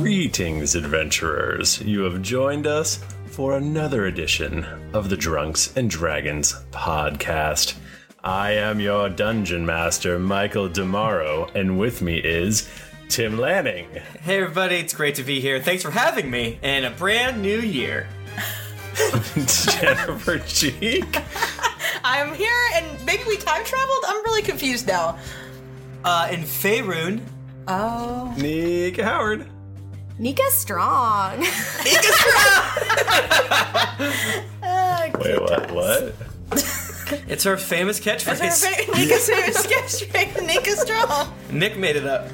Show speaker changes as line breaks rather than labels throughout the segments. Greetings, adventurers. You have joined us for another edition of the Drunks and Dragons podcast. I am your dungeon master, Michael Damaro, and with me is Tim Lanning.
Hey everybody, it's great to be here. Thanks for having me in a brand new year.
Jennifer Cheek.
I'm here, and maybe we time traveled. I'm really confused now.
Uh, in Faerun.
Oh.
Nick Howard.
Nika's strong. Uh,
Wait, what? What?
It's her famous catchphrase.
That's her fa- Nika's straight. Nika's strong.
Nick made it up.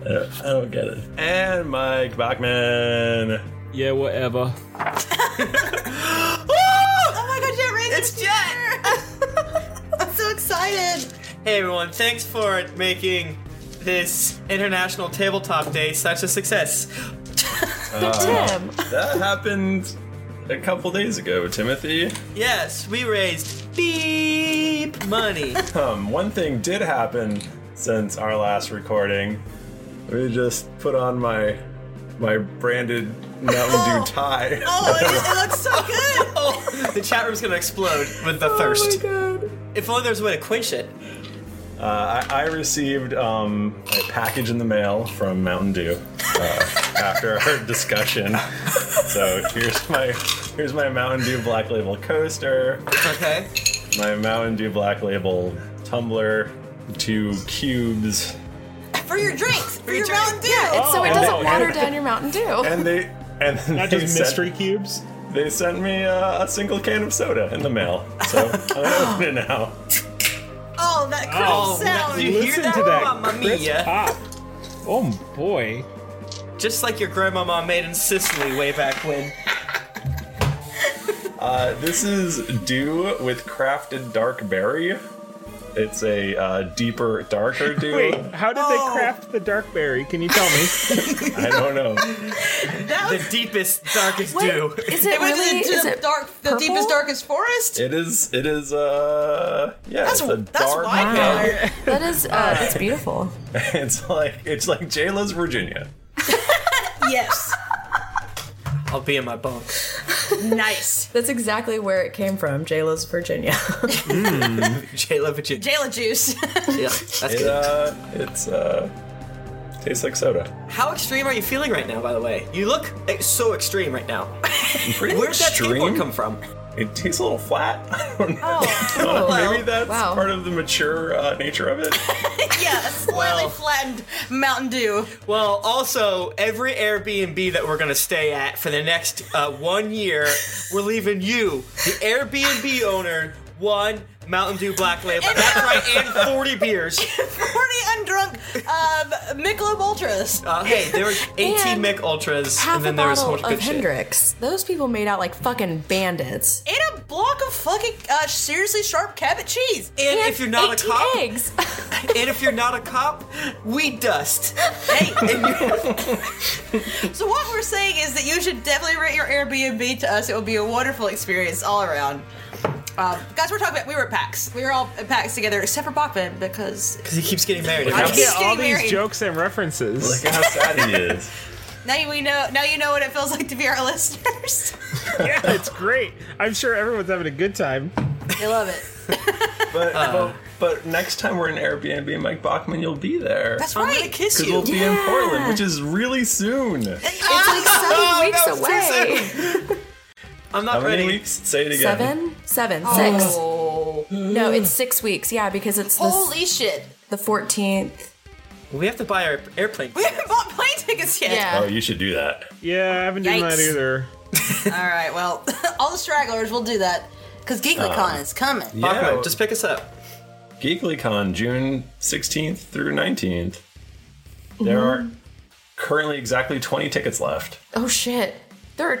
I don't, Uh, I don't get it. And Mike Bachman.
Yeah, whatever.
Oh my god, Jet Rain! It's Jet! I'm so excited.
Hey everyone, thanks for making this International Tabletop Day such a success.
Uh,
Tim.
That happened a couple days ago, Timothy.
Yes, we raised beep money.
Um, one thing did happen since our last recording. We just put on my my branded Mountain Dew tie.
Oh, it, it looks so good.
oh, the chat room's gonna explode with
Oh
the thirst. If only there's a way to quench it.
Uh, I, I received um, a package in the mail from Mountain Dew uh, after our discussion. So here's my here's my Mountain Dew Black Label coaster,
Okay.
my Mountain Dew Black Label tumbler, two cubes,
For your drinks, for, your,
your drink.
Mountain Dew.
It's so it
Oh,
doesn't
and-
water down your Mountain Dew.
and they and
Not
they
just
sent-
mystery cubes.
They sent me uh, a single can of soda in the mail, so I'm gonna open it now.
Oh, that crisp
Oh,
sound.
that- you- hear
Listen to that
Mamma
crisp
mia.
pop. Oh boy.
Just like your grandmama made in Sicily way back when.
Uh, this is Dew with crafted dark berry. It's a uh, deeper, darker dew.
Wait, how did
Oh.
Oh.
they craft the dark berry? Can you tell me?
I don't know.
that
The
was,
deepest, darkest
Wait,
dew.
is it
it went
really?
to the,
Is
to the
it
dark, the
purple?
deepest, darkest forest.
It is. It is. Uh. Yeah.
that's
it's a
that's
dark.
wine color.
That is. Uh, that's beautiful.
It's like it's like Jayla's Virginia.
Yes.
I'll be in my bunk.
Nice.
That's exactly where it came from. Jayla's Virginia.
Hmm.
Jayla Virginia.
Jayla juice.
Yeah, that's
It,
good.
uh. It's uh. Tastes like soda.
How extreme are you feeling right now, by the way? You look eh, so extreme right now.
Pretty
Where did that skateboard
extreme.
come from?
It tastes a little flat. I don't know. Uh,
Oh,
Maybe that's
wow.
part of the mature uh, nature of it.
yeah, a slightly
Well.
flattened Mountain Dew.
Well, also, every Airbnb that we're going to stay at for the next uh, one year, we're leaving you, the Airbnb owner, one Mountain Dew Black Label.
And-
That's right, and 40 beers.
40 undrunk um, Michelob Ultras.
Uh, hey, there were 18
And
Mick Ultras,
Half
and then
a
there was so
bottle
much good
of Hendrix. Those people made out like fucking bandits.
and a block of fucking uh, seriously sharp cabbage cheese.
shit. And, if you're not a
18
cop,
eggs.
and if you're not a cop, weed dust.
Hey, so what we're saying is that you should definitely rate your Airbnb to us. It will be a wonderful experience all around. Um, guys, we're talking about we were at PAX. We were all at PAX together except for Bachman because
Because he keeps getting married.
I'm
I
just
get all
getting
these
married.
jokes and references.
Look at how sad he is.
now we know now you know what it feels like to be our listeners.
yeah, it's great. I'm sure everyone's having a good time.
I love it.
But,
Uh,
but but next time we're in Airbnb, Mike Bachman, you'll be there.
That's
I'm gonna
right.
kiss
Because
you.
we'll be in Portland, which is really soon.
it's like seven weeks
Oh, was too
away.
I'm
How
not
many
ready.
weeks? Say it again.
Seven, seven, six.
Oh.
No, it's six weeks. Yeah, because it's the
Holy shit.
the fourteenth.
We have to buy our airplane.
We haven't bought plane tickets yet.
Yeah.
Oh, you should do that.
Yeah, I haven't done that
Yikes.
either.
All right. Well, all the stragglers will do that because
Uh,
GeeklyCon is coming.
Bachman, just pick us up.
GeeklyCon, June 16th through 19th. There are currently exactly 20 tickets left.
Oh shit. There are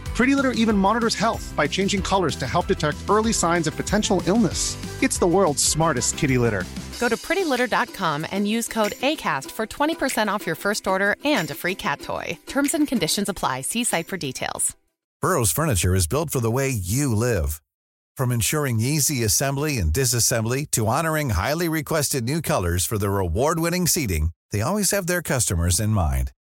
Pretty Litter even monitors health by changing colors to help detect early signs of potential illness. It's the world's smartest kitty litter.
Go to prettylitter.com and use code ACAST for 20% off your first order and a free cat toy. Terms and conditions apply. See site for details.
Burrow's furniture is built for the way you live. From ensuring easy assembly and disassembly to honoring highly requested new colors for their award-winning seating, they always have their customers in mind.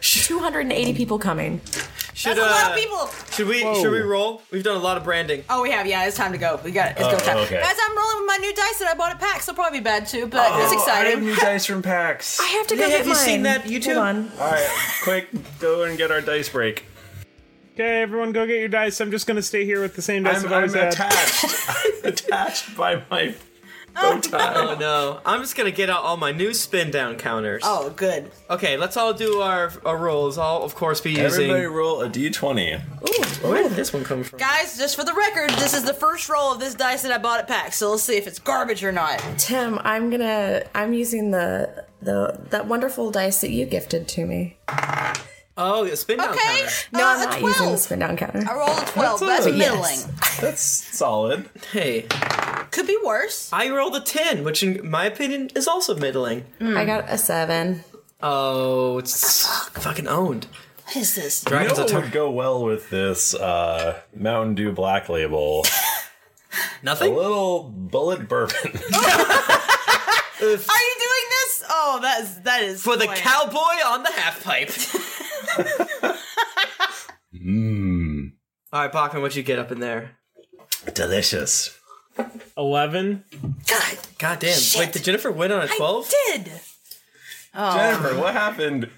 280 people coming.
Should,
That's a
uh,
lot of people.
Should we should we roll? We've done a lot of branding.
Oh, we have. Yeah, it's time to go. We got it. It's
Oh,
go time.
okay.
Guys, I'm rolling with my new dice that I bought at PAX. They'll probably be bad too, but
Oh,
it's exciting.
new dice from PAX.
I have to go
Yeah,
get
have you
mine.
seen that, you two?
Hold on.
All right, quick, go and get our dice break.
Okay, everyone, go get your dice. I'm just gonna stay here with the same dice
I'm,
I've
I'm
always had.
attached. I'm attached by my bow tie.
Oh no. I'm just gonna get out all my new spin down counters.
Oh, good.
Okay, let's all do our, our rolls. I'll of course be using
Everybody roll a d20.
Where did this one come from?
Guys, just for the record, this is the first roll of this dice that I bought at PAX, so let's see if it's garbage or not.
Tim, I'm gonna. I'm using the the that wonderful dice that you gifted to me.
Oh, a spin down
Okay.
counter.
No,
uh,
I'm
a
not
12.
using the spin down counter.
I rolled a 12. That's,
a-
middling.
That's solid.
Hey,
Could be worse.
I rolled a 10, which in my opinion is also middling.
Hmm. I got a seven.
Oh, it's fucking owned.
What is this?
You know
Dragon's
what
Atar-
would go well with this uh, Mountain Dew Black Label? a
Nothing?
little bullet bourbon.
Are you doing this? Oh, that is that is
For the
planned.
cowboy on the half pipe. Mmm.
Hmm.
All right, Bachman, what'd you get up in there?
Delicious.
Eleven.
God,
God damn.
Shit.
Wait, did Jennifer win on a 12?
I did.
Jennifer, what happened two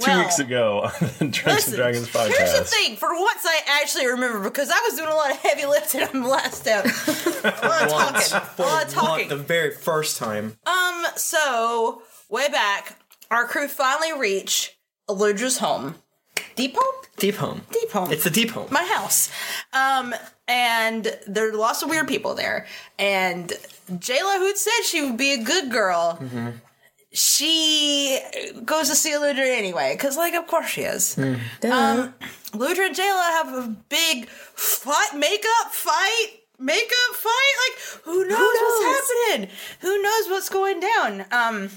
Oh. Well,
weeks ago on the Drinks
Listen,
and Dragons podcast?
here's the thing. For once, I actually remember because I was doing a lot of heavy lifting on the last step. a lot of talking. A lot of talking.
The very first time.
Um, so way back, our crew finally reach Eludra's home. Depot?
Deep home.
Deep home.
It's the deep home.
my house. Um, and there are lots of weird people there. And Jayla, who'd said she would be a good girl,
Mm-hmm.
she goes to see Ludra anyway, because, like, of course she is. Um, Ludra and Jayla have a big fight, makeup fight. Makeup fight? Like, who knows, what's happening? Who knows what's going down? Um,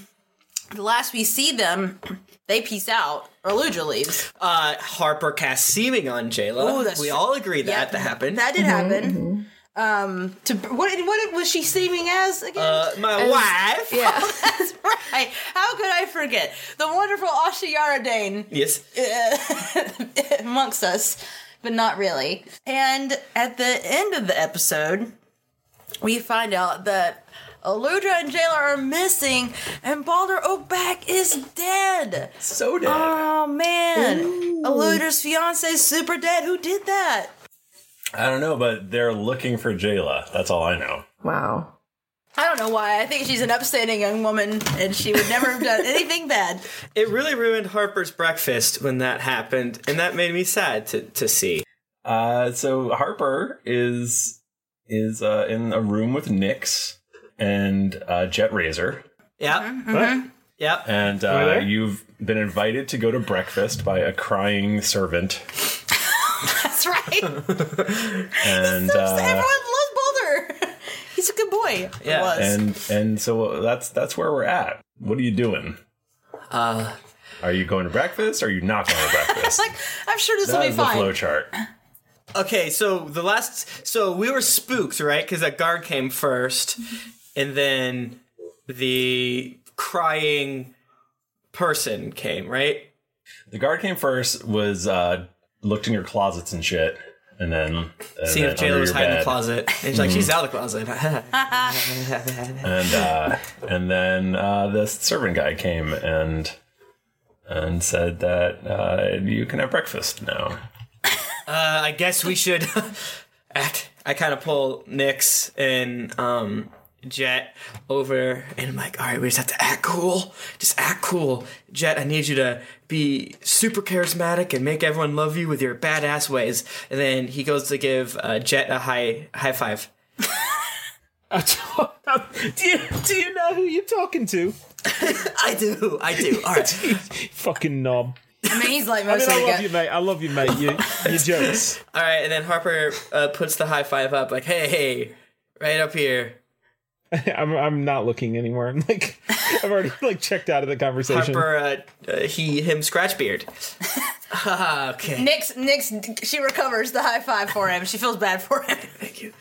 the last we see them, they peace out, or Ludra leaves.
Uh, Harper cast seeming on Jayla.
Oh, that's
we
true.
all agree that
Yeah,
that happened.
That did happen. Um, to what? What was she seeming as again? Oh,
uh, my wife.
Yeah.
That's right. How could I forget the wonderful Asha Yaradane
Yes.
amongst us, but not really. And at the end of the episode, we find out that Aludra and Jayla are missing, and Balder Oakback is dead.
So did.
Oh man, Aludra's fiance is super dead. Who did that?
I don't know, but they're looking for Jayla. That's all I know.
Wow.
I don't know why. I think she's an upstanding young woman, and she would never have done anything bad.
It really ruined Harper's breakfast when that happened, and that made me sad to, to see.
Uh, so Harper is is uh, in a room with Nyx and uh, Jet Razor,
Yep.
Mm-hmm.
mhm.
Yep.
and
Over
uh,
there?
you've been invited to go to breakfast by a crying servant.
That's right.
And uh,
Everyone loves Boulder. He's a good boy. Was.
and and so that's that's where we're at. What are you doing?
Uh,
are you going to breakfast? are you not going to breakfast?
like, I'm sure this will be
That's the
fine.
flow chart.
Okay, so the last, so we were spooked, right? Because that guard came first, and then the crying person came, right?
The guard came first. Was uh, looked in your closets and shit, and then and
Seeing
then
if
under
Jayla was
your
hiding in the
bed.
closet, and she's like,
Mhm.
she's out of the closet.
and uh, and then uh, the servant guy came and and said that uh, you can have breakfast now.
uh, I guess we should act. I kind of pull Nyx and um, Jet over, and I'm like, all right, we just have to act cool. Just act cool. Jet, I need you to be super charismatic and make everyone love you with your badass ways. And then he goes to give uh, Jet a high high five.
do, you, do you know who you're talking to?
I do. I do. All right.
Fucking knob.
I mean, he's like
I
most
mean, I
of
love you, mate. I love you, mate. You, you're jokes.
All right, and then Harper uh, puts the high five up, like, hey, hey, right up here.
I'm, I'm not looking anywhere. I'm like, I've already like checked out of the conversation.
Harper, uh, uh, he, him, Scratchbeard. okay.
Nyx, Nyx, she recovers the high five for him. She feels bad for him.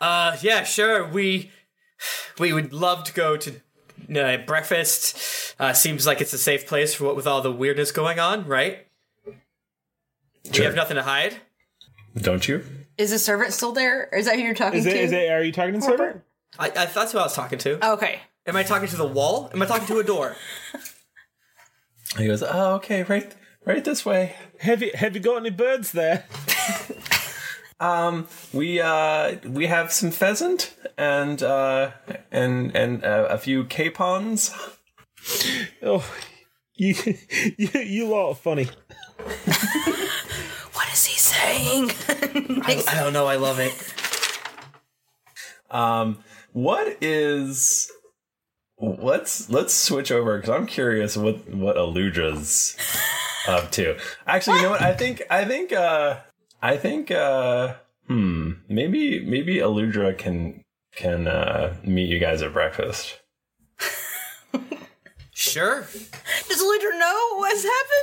Uh, yeah, sure. We we would love to go to uh, breakfast. Uh, seems like it's a safe place for what with all the weirdness going on, right? We
Sure.
have nothing to hide.
Don't you?
Is the servant still there? Or is that who you're talking
Is it-
to?
is it-
Are you talking to
Harper?
servant?
I, I that's who I was talking to.
Okay.
Am I talking to the wall? Am I talking to a door?
He goes, oh, okay, right, right this way.
Have you have you got any birds there?
um, we uh, we have some pheasant and uh, and and uh, a few capons.
Oh, you you you lot are funny.
What is he saying?
I, I don't know. I love it.
Um, what is? Let's let's switch over because I'm curious what what Aludra's up to. Actually, you know what? I think I think uh I think uh hmm maybe maybe Aludra can can uh meet you guys at breakfast.
Sure.
Does Ludra know what's happened?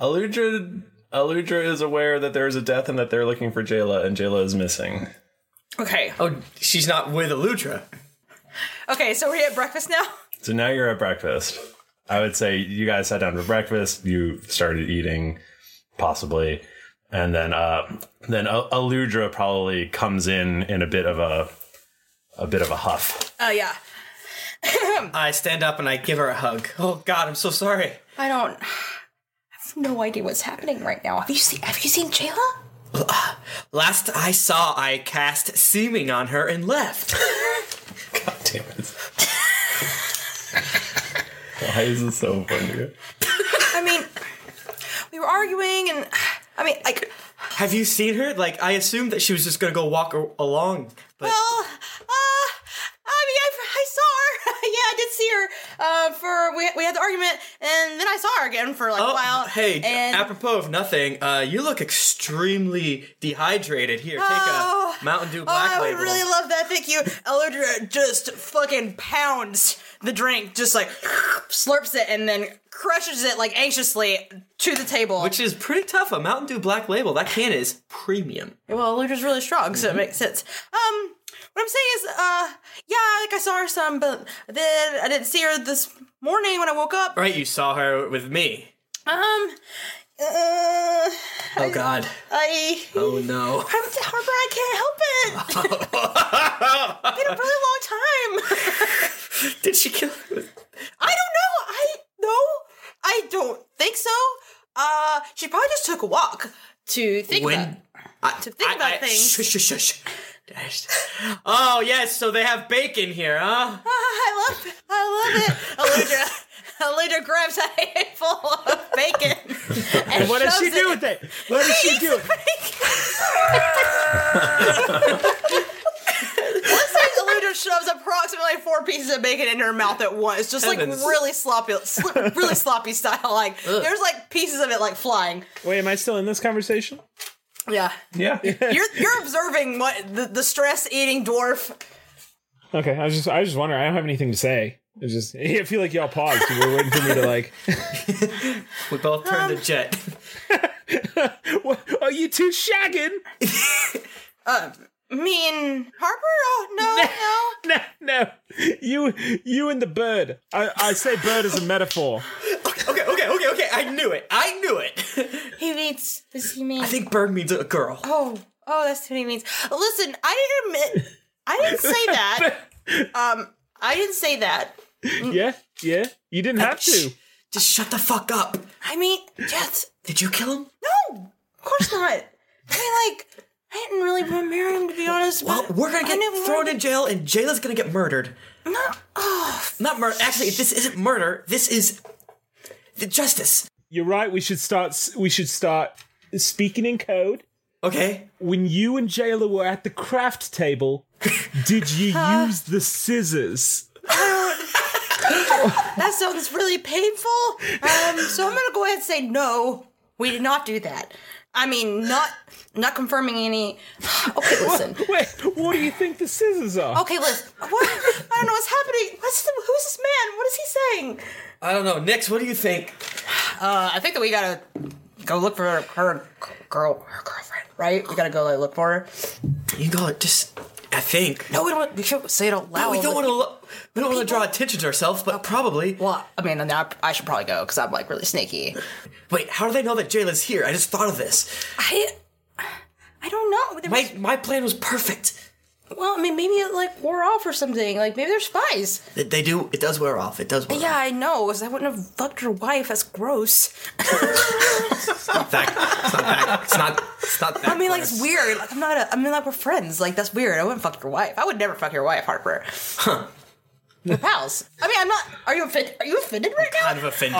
Aludra Aludra is aware that there is a death and that they're looking for Jayla and Jayla is missing.
Okay.
Oh, she's not with Aludra.
Okay, so we're at breakfast now?
So now you're at breakfast. I would say you guys sat down for breakfast. You started eating, possibly, and then uh, then Al- Aludra probably comes in in a bit of a a bit of a huff.
Uh, yeah.
I stand up and I give her a hug. Oh God, I'm so sorry.
I don't. I have no idea what's happening right now. Have you seen? Have you seen Jayla?
Last I saw, I cast seeming on her and left.
God damn it! Why is this so funny?
I mean, we were arguing, and I mean, like,
Have you seen her? Like, I assumed that she was just gonna go walk a- along, but
well, uh, I mean, I, I saw her. yeah, I did see her. Uh, for we we had the argument, and then I saw her again for like a while.
Oh, Hey,
and
apropos of nothing, uh, you look extremely dehydrated. Here, take
Oh.
a Mountain Dew
oh,
Black
I would
Label.
really love that. Thank you, Elodra. Just fucking pounds the drink, just like slurps it, and then crushes it like anxiously to the table.
which is pretty tough. A Mountain Dew Black Label. That can is premium.
Well, Ludra's really strong,
Mm-hmm.
so it makes sense. Um, what I'm saying is, uh, yeah, like I saw her some, but then I didn't see her this morning when I woke up.
Right, you saw her with me.
Um, uh,
Oh God.
I.
Oh no.
I'm Harper, I can't help it. it's been a really long time.
Oh, Did she kill her?
I don't know. I no, I don't think so. Uh, she probably just took a walk to think
When-
about to think about things.
Shush, shush, shush. Oh yes, so they have bacon here, huh?
Ah, I love it. I love it. Aludra. Aludra grabs a handful of bacon. And
what does she
shoves
do
it-
with it? What does she do?
Let's say Eluder shoves approximately four pieces of bacon in her mouth at once, just like
Heavens.
really sloppy, sl- really sloppy style. Like
Ugh.
there's like pieces of it like flying.
Wait, am I still in this conversation?
Yeah,
Yeah.
you're you're observing what the, the stress eating dwarf.
okay, I was just I was just wondering. I don't have anything to say. It's just I feel like y'all paused. You were waiting for me to like. Um,
we both turned to Jet.
Are you two shagging?
Uh, mean Harper? Oh
no, no, no. You you and the bird. I, I say bird as a metaphor.
Okay, okay, okay, okay. I knew it. I knew it.
no. He means. Does he mean?
I think bird means a girl.
Oh, oh, that's what he means. Listen, I didn't admit. I didn't say that. Um, I didn't say that.
Yeah, yeah. You didn't have to.
Just shut the fuck up.
I mean, yes.
Did you kill him?
No, of course not. I mean, like, I didn't really want to marry him to be honest.
Well,
but
we're gonna
I
get
knew we
thrown
weren't-
in jail, and Jayla's gonna get murdered.
No, oh,
Not murder. Actually, this isn't murder. This is the justice.
You're right. We should start. s- We should start speaking in code.
Okay.
When you and Jailer were at the craft table, did you use the scissors?
Um, that sounds really painful. Um, so I'm gonna go ahead and say no. We did not do that. I mean, not not confirming any. Okay, listen.
Wait, what do you think the scissors are?
Okay, listen. What? I don't know what's happening. What's the, who's this man? What is he saying?
I don't know, Nix. What do you think?
Uh, I think that we gotta go look for her, her girl, her girlfriend, right? We gotta go like look for her.
You gotta just. I think.
No, we don't. want- We should say it out loud.
No, we don't want to. Lo- we don't want to draw attention to ourselves, but probably.
Well, I mean, now I should probably go because I'm like really sneaky.
Wait, how do they know that Jayla's here? I just thought of this.
I, I don't know. There
My my plan was perfect.
was- well, I mean, maybe it like wore off or something. Like maybe they're spies.
They, they do. It does wear off. It does wear
Yeah, I know. Because I wouldn't have fucked her wife. That's gross.
off. It's not that. It's not that. It's not. It's not that.
I mean, like it's weird. Like I'm not. A, I mean, like we're friends. Like that's weird. I wouldn't fuck your wife. I would never fuck your wife, Harper.
Huh.
We're pals. I mean, I'm not. Are you offended? Are you offended right now?
Kind of offended.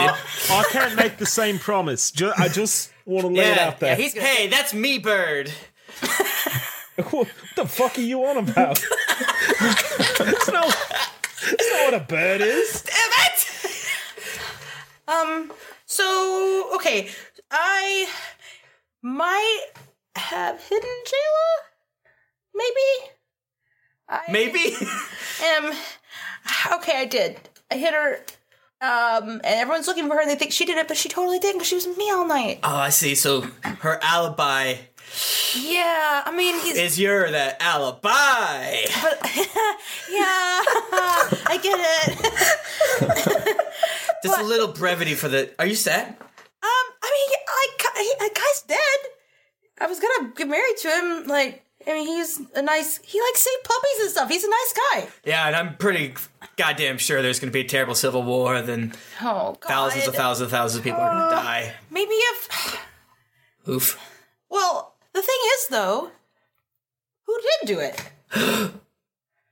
I can't make the same promise. Ju- I just want to lay it out there.
hey, that's me, Bird.
what the fuck are you on about? that's, not, that's not what a bird is.
Um. So okay, I might have hidden Jayla. Maybe. I
Maybe.
Um. Okay, I did. I hit her. Um. And everyone's looking for her, and they think she did it, but she totally didn't because she was with me all night.
Oh, I see. So her alibi
Yeah. I mean, he's.
is your that alibi.
but yeah, I get it.
Just a little brevity for the. Are you sad?
Um, I mean, I, I, guy's dead. I was gonna get married to him. Like, I mean, he's a nice. He likes saved puppies and stuff. He's a nice guy.
Yeah, and I'm pretty goddamn sure there's going to be a terrible civil war. Then
Oh God. Uh,
thousands and thousands and thousands of people are going to die.
Maybe if.
Oof.
Well, the thing is, though, who did do it?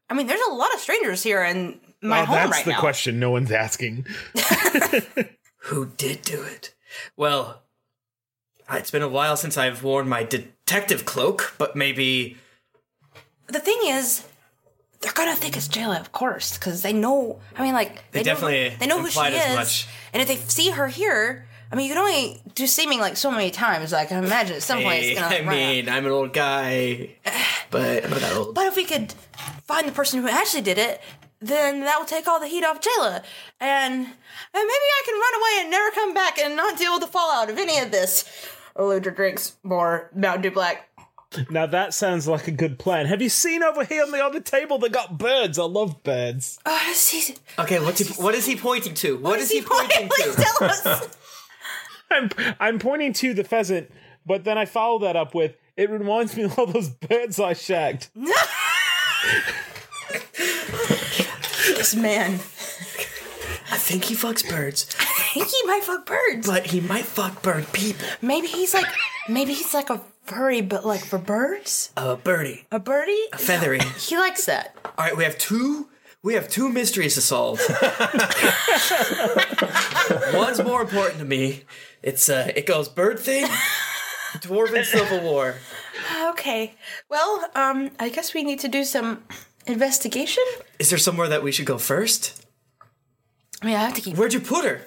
I mean, there's a lot of strangers here in my
Oh,
home
that's
right
the
now.
question no one's asking.
Who did do it? Well, it's been a while since I've worn my detective cloak, but maybe
The thing is. They're gonna think it's Jayla, of course, because they know. I mean, like
They
know-
definitely
they know who she
implied as
is,
much.
and if they see her here, I mean, you can only do seeming like so many times. Like I imagine at some point
Hey,
it's gonna.
I
run out.
mean, I'm an old guy, but I'm not that old.
But if we could find the person who actually did it, then that will take all the heat off Jayla. And, and maybe I can run away and never come back and not deal with the fallout of any of this. Eludra drinks more Mountain Dew Black.
Now that sounds like a good plan. Have you seen over here on the other table they got birds? I love birds.
Oh, he's,
Okay, what's he, what is he pointing to? what is, he pointing
please
to?
tell us.
I'm I'm pointing to the pheasant, but then I follow that up with it reminds me of all those birds I shagged.
this man.
I think he fucks birds,
I think he might fuck birds.
but he might fuck bird people.
Maybe he's like, maybe he's like a furry, but like for birds?
A birdie,
A birdie?
a feathery.
He likes that.
Uh, All right, we have two. We have two mysteries to solve. One's more important to me. It's uh, it goes bird thing, Dwarven Civil War.
Okay. Well, um, I guess we need to do some investigation.
Is there somewhere that we should go first?
I mean, I have to keep
Where'd you put her?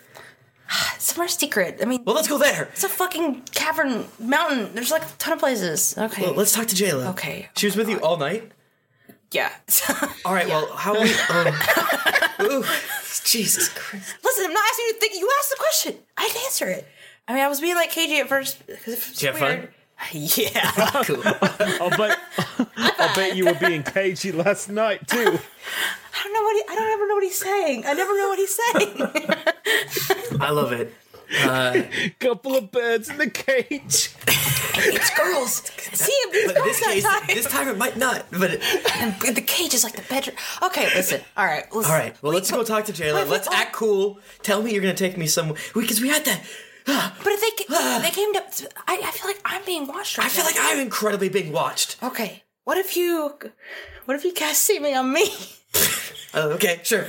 somewhere secret. I mean,
Well, let's go there.
it's a fucking cavern, mountain. There's like a ton of places. Okay.
Well, let's talk to Jayla.
Okay.
She was with you all night.
Yeah.
All right. Well, how? We, oh. Ooh, Jesus Christ.
Listen, I'm not asking you to think. You asked the question. I would answer it. I mean, I was being like cagey at first because it's
Did you have
weird.
fun?
Yeah.
Cool.
I'll bet, I'll bet you were being cagey last night too.
I don't know what he, I don't ever know what he's saying. I never know what he's saying.
I love it. Uh,
Couple of birds in the cage.
it's girls. See, it's
But in
girls
this
that
case,
time.
this time it might not. But it,
And the cage is like the bedroom. Okay, listen. All right. Listen.
all right. Well, let's go talk to Jayla.
wait, oh.
Let's
wait.
act cool. Tell me you're gonna take me somewhere because we had that. ah,
But if they ca- they came to, I, I feel like I'm being watched. Right
I feel
now.
like I'm incredibly being watched.
Okay. What if you, what if you guys see me on me?
Oh, okay, sure.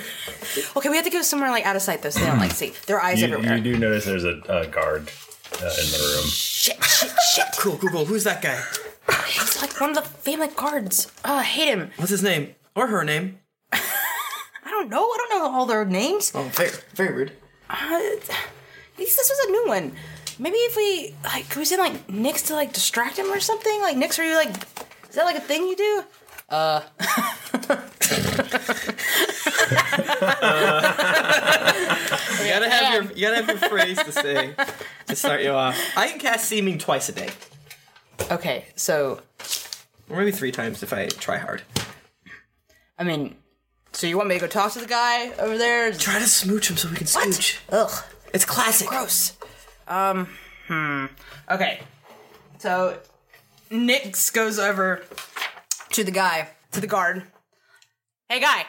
Okay, we have to go somewhere like out of sight though, so they don't like see their eyes
You,
everywhere.
you do notice there's a, a guard uh, in the room.
Shit, shit, shit!
Cool, cool, cool. Who's that guy?
He's like one of the family guards. Oh, I hate him.
What's his name or her name?
I don't know. I don't know all their names.
Oh, very, very rude.
Uh, at least this was a new one. Maybe if we like, could we send like Nix to like distract him or something? Like Nix, are you like, is that like a thing you do?
Uh,
You gotta have your you gotta have your phrase to say to start you off. I can cast seeming twice a day,
Okay, so
or maybe three times if I try hard.
I mean, so you want me to go talk to the guy over there?
Try to smooch him so we can
What?
smooch.
Ugh,
It's classic.
gross. Um, hmm. Okay, so Nix goes over to the guy, to the guard. Hey, guy.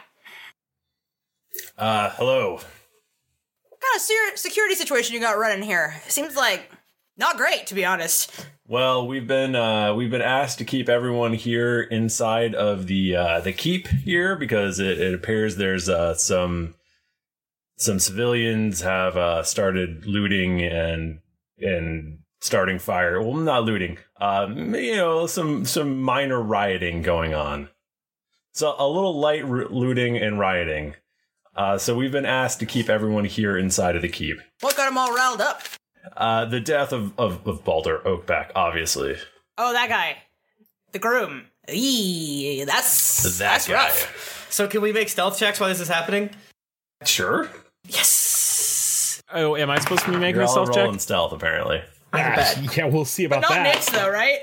Uh, hello.
What kind of ser- security situation you got running here? Seems like not great, to be honest.
Well, we've been uh, we've been asked to keep everyone here inside of the uh, the keep here because it, it appears there's uh, some some civilians have uh, started looting and and starting fire. Well, not looting. Um, you know, some some minor rioting going on. So a little light r- looting and rioting. Uh, so we've been asked to keep everyone here inside of the keep.
What got him all riled up?
Uh, the death of, of, of Balder Oakback, obviously.
Oh, that guy, the groom. Eee, that's
That
that's
guy.
rough.
So can we make stealth checks while this is happening?
Sure.
Yes.
Oh, am I supposed to be making
You're
a
all
stealth check?
rolling stealth, apparently.
Ah, yeah, we'll see about
Not
that.
Nyx though, right?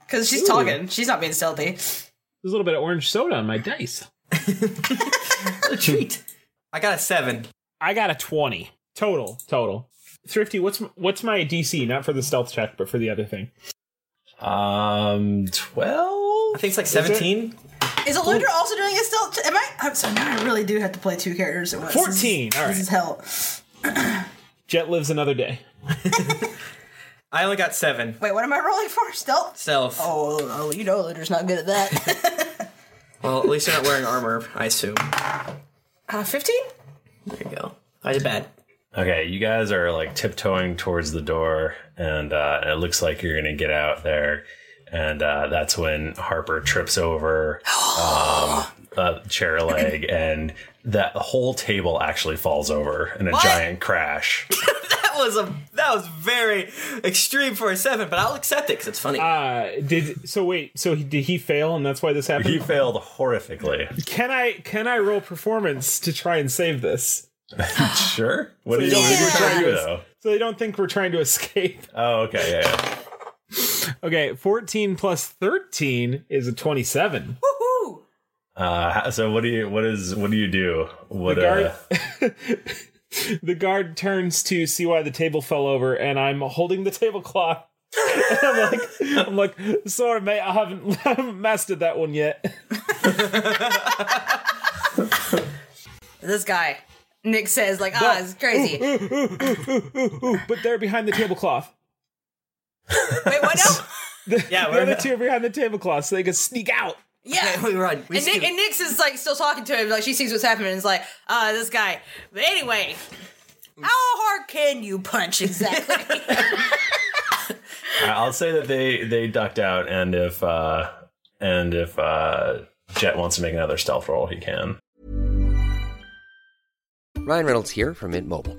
Because she's talking. She's not being stealthy.
There's a little bit of orange soda on my dice.
What a treat. I got a seven.
I got a twenty total. Total. Thrifty, what's m- what's my DC? Not for the stealth check, but for the other thing.
Um,
I
12?
think it's like seventeen.
Is Eludra also doing a stealth? Am I? I'm sorry. Now I really do have to play two characters at once. This is-
14, all
This is
right.
hell.
Jet lives another day.
I only got seven.
Wait, what am I rolling for? Stealth.
Stealth.
Oh, oh, you know, Eludra's not good at that.
Well, at least you're not wearing armor. I assume.
Uh, Fifteen.
There you go. I did bad.
Okay, you guys are like tiptoeing towards the door, and, uh, and it looks like you're going to get out there. And uh, that's when Harper trips over um, a chair leg, and that whole table actually falls over in a giant crash.
That was a that was very extreme for a seven, but I'll accept it because it's funny.
Uh, did so? Wait, so he, did he fail, and that's why this happened?
he failed horrifically.
can I can I roll performance to try and save this?
sure. What do you
Yeah.
what are you trying to do, though?
So they don't think we're trying to escape.
Oh, okay, yeah, yeah.
Okay, fourteen plus thirteen is a twenty-seven.
Woohoo!
Uh, how- so what do you what is what do you do? What uh,
guard- the guard turns to see why the table fell over, and I'm holding the tablecloth. And I'm like, I'm like, sorry, mate, I haven't, I haven't mastered that one yet.
This guy, Nick says, like, ah, it's crazy. Wait,
But they're behind the tablecloth.
what now?
yeah,
The
we're
other two are behind the tablecloth, so they can sneak out.
Yeah.
we run. We
and, Nick,
skip.
and Nyx is like still talking to him, like she sees what's happening and is like, ah, this guy. But anyway, how hard can you punch exactly?
I'll say that they they ducked out, and if uh, and if uh, Jet wants to make another stealth roll, he can.
Ryan Reynolds here from Mint Mobile.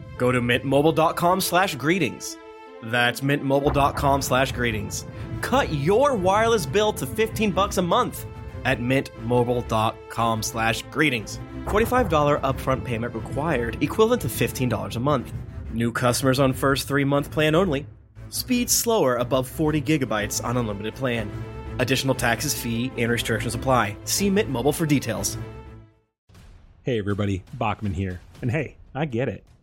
go to mintmobile.com slash greetings. That's mintmobile.com slash greetings. Cut your wireless bill to 15 bucks a month at mintmobile.com slash greetings. $45 upfront payment required, equivalent to $15 a month. New customers on first three-month plan only. Speed slower above 40 gigabytes on unlimited plan. Additional taxes, fee, and restrictions apply. See Mint Mobile for details.
Hey, everybody, Bachman here. And hey, I get it.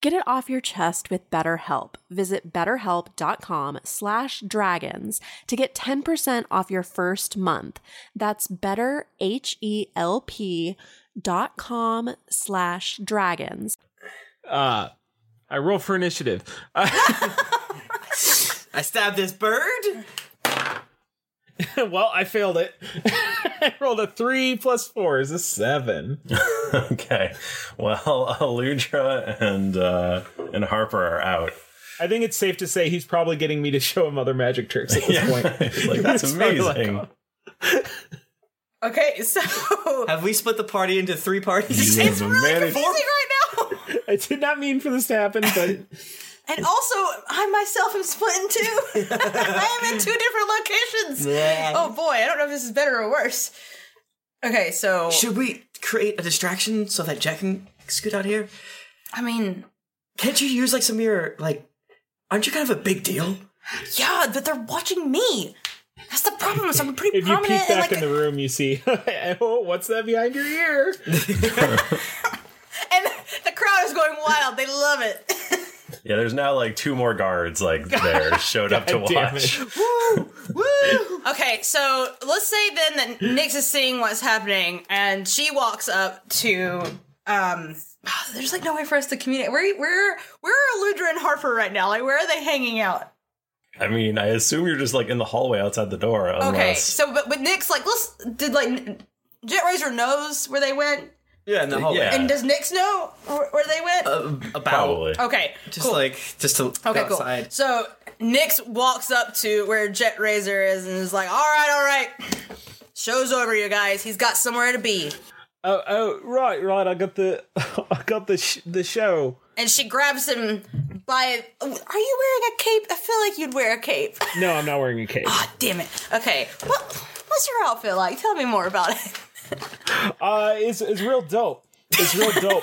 Get it off your chest with BetterHelp. Visit betterhelp.com slash dragons to get 10% off your first month. That's betterhelp.com slash dragons.
Uh, I roll for initiative.
I stabbed this bird.
well, I failed it. I rolled a three plus four is a seven.
okay. Well, Aludra and uh, and Harper are out.
I think it's safe to say he's probably getting me to show him other magic tricks at this point.
like, that's
It's probably like,
amazing.
Okay, so
have we split the party into three parties?
You have managed-
right now.
I did not mean for this to happen, but
And also, I myself am split in two. I am in two different locations.
Yeah.
Oh boy, I don't know if this is better or worse. Okay, so
Should we create a distraction so that Jack can scoot out here?
I mean,
can't you use like some of your like? Aren't you kind of a big deal?
yeah, but they're watching me. That's the problem. So I'm pretty
if you peek
prominent and
back
like,
in the room, you see, oh, what's that behind your ear?
and the crowd is going wild. They love it.
Yeah, there's now like two more guards like there showed up to
God damn
watch.
okay, so let's say then that Nyx is seeing what's happening, and she walks up to. Um, there's like no way for us to communicate. Where, where, where are Ludra and Harper right now? Like, where are they hanging out?
I mean, I assume you're just like in the hallway outside the door,
Okay,
unless
so but but Nyx like let's did like N- Jet Razor knows where they went,
Yeah, in the hallway.
and does Nyx know where, where they went?
Uh, about
Okay,
Just
cool.
like just to
Okay,
outside.
cool. So Nyx walks up to where Jet Razor is and is like, "All right, all right, show's over, you guys. He's got somewhere to be."
oh, oh, right, right. I got the, I got the sh- the show.
And she grabs him by. Are you wearing a cape? I feel like you'd wear a cape.
No, I'm not wearing a cape.
Ah.
Damn it. Okay, what what's your outfit like? Tell me more about it.
Uh, it's it's real dope. It's real dope.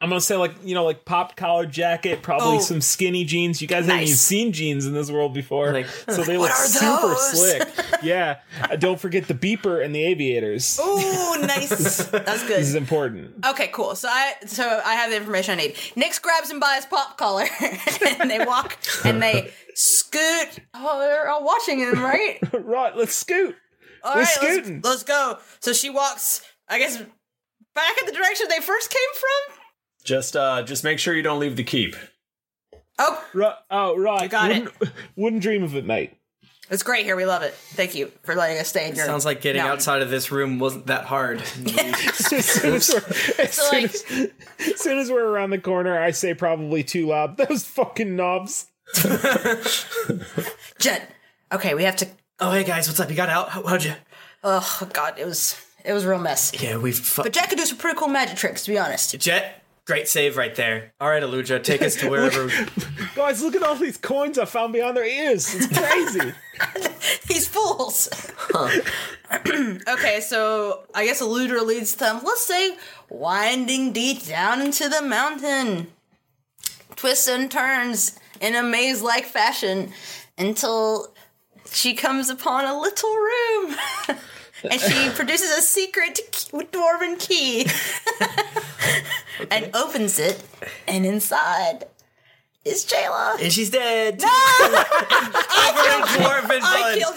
I'm gonna say like you know like pop collar jacket, probably
Oh.
some skinny jeans. You guys haven't even
Nice.
seen jeans in this world before, so they
What
look
are
super
those?
slick. Yeah, Uh, don't forget the beeper and the aviators.
Ooh, nice. That's good.
This is important.
Okay, cool. So I so I have the information I need. Nyx grabs him by his pop collar, and they walk and they scoot. Oh, they're all watching him, right?
right. Let's scoot.
All
We're
right,
scooting.
Let's, let's go. So she walks. I guess back in the direction they first came from.
just uh just make sure you don't leave the keep.
Oh,
right. Oh, right. You
got
wouldn't, it. Wouldn't dream of it, mate.
It's great here. We love it. Thank you for letting us stay in your.
Sounds like getting
mountain.
outside of this room wasn't that hard.
as, soon as, we're, as, soon as, as soon as we're around the corner, I say probably too loud. Those fucking knobs.
Jet. Okay, we have to.
Oh, hey guys, what's up? You got out? How, how'd you?
Oh God, it was it was real mess.
Yeah, we've. Fu-
But Jack could do some pretty cool magic tricks, to be honest.
Jet, great save right there. All right, Aludra, take us to wherever.
Guys, look at all these coins I found behind their ears. It's crazy.
These fools. okay, so I guess a looter leads them. Let's say winding deep down into the mountain, twists and turns in a maze-like fashion until she comes upon a little room, and she produces a secret key- dwarven key, and opens it, and inside is Jayla,
and she's dead.
No, I killed
Dwarven
I
bud.
killed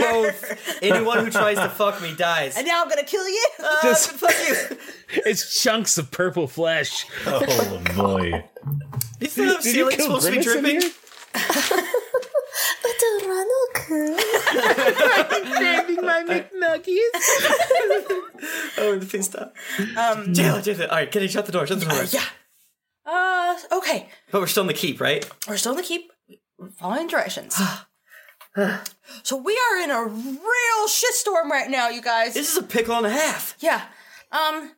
Both. Anyone who tries to fuck me dies.
And now I'm gonna kill you.
Uh, Just-
fuck you.
it's chunks of purple flesh.
Oh boy.
Is
Did
the
you
ceiling
kill
supposed to be
Grimace in
dripping?
here?
Little Ronald
Grabbing my McNuggies.
Oh, the thing stopped.
Um,
Mm.
Jayla did it. All right, get it. Shut the door. Shut the door. yeah.
Uh, okay.
But we're still in the keep, right?
We're still gonna keep following directions. so we are in a real shitstorm right now, you guys. This
is a pickle and a half.
Yeah. Um.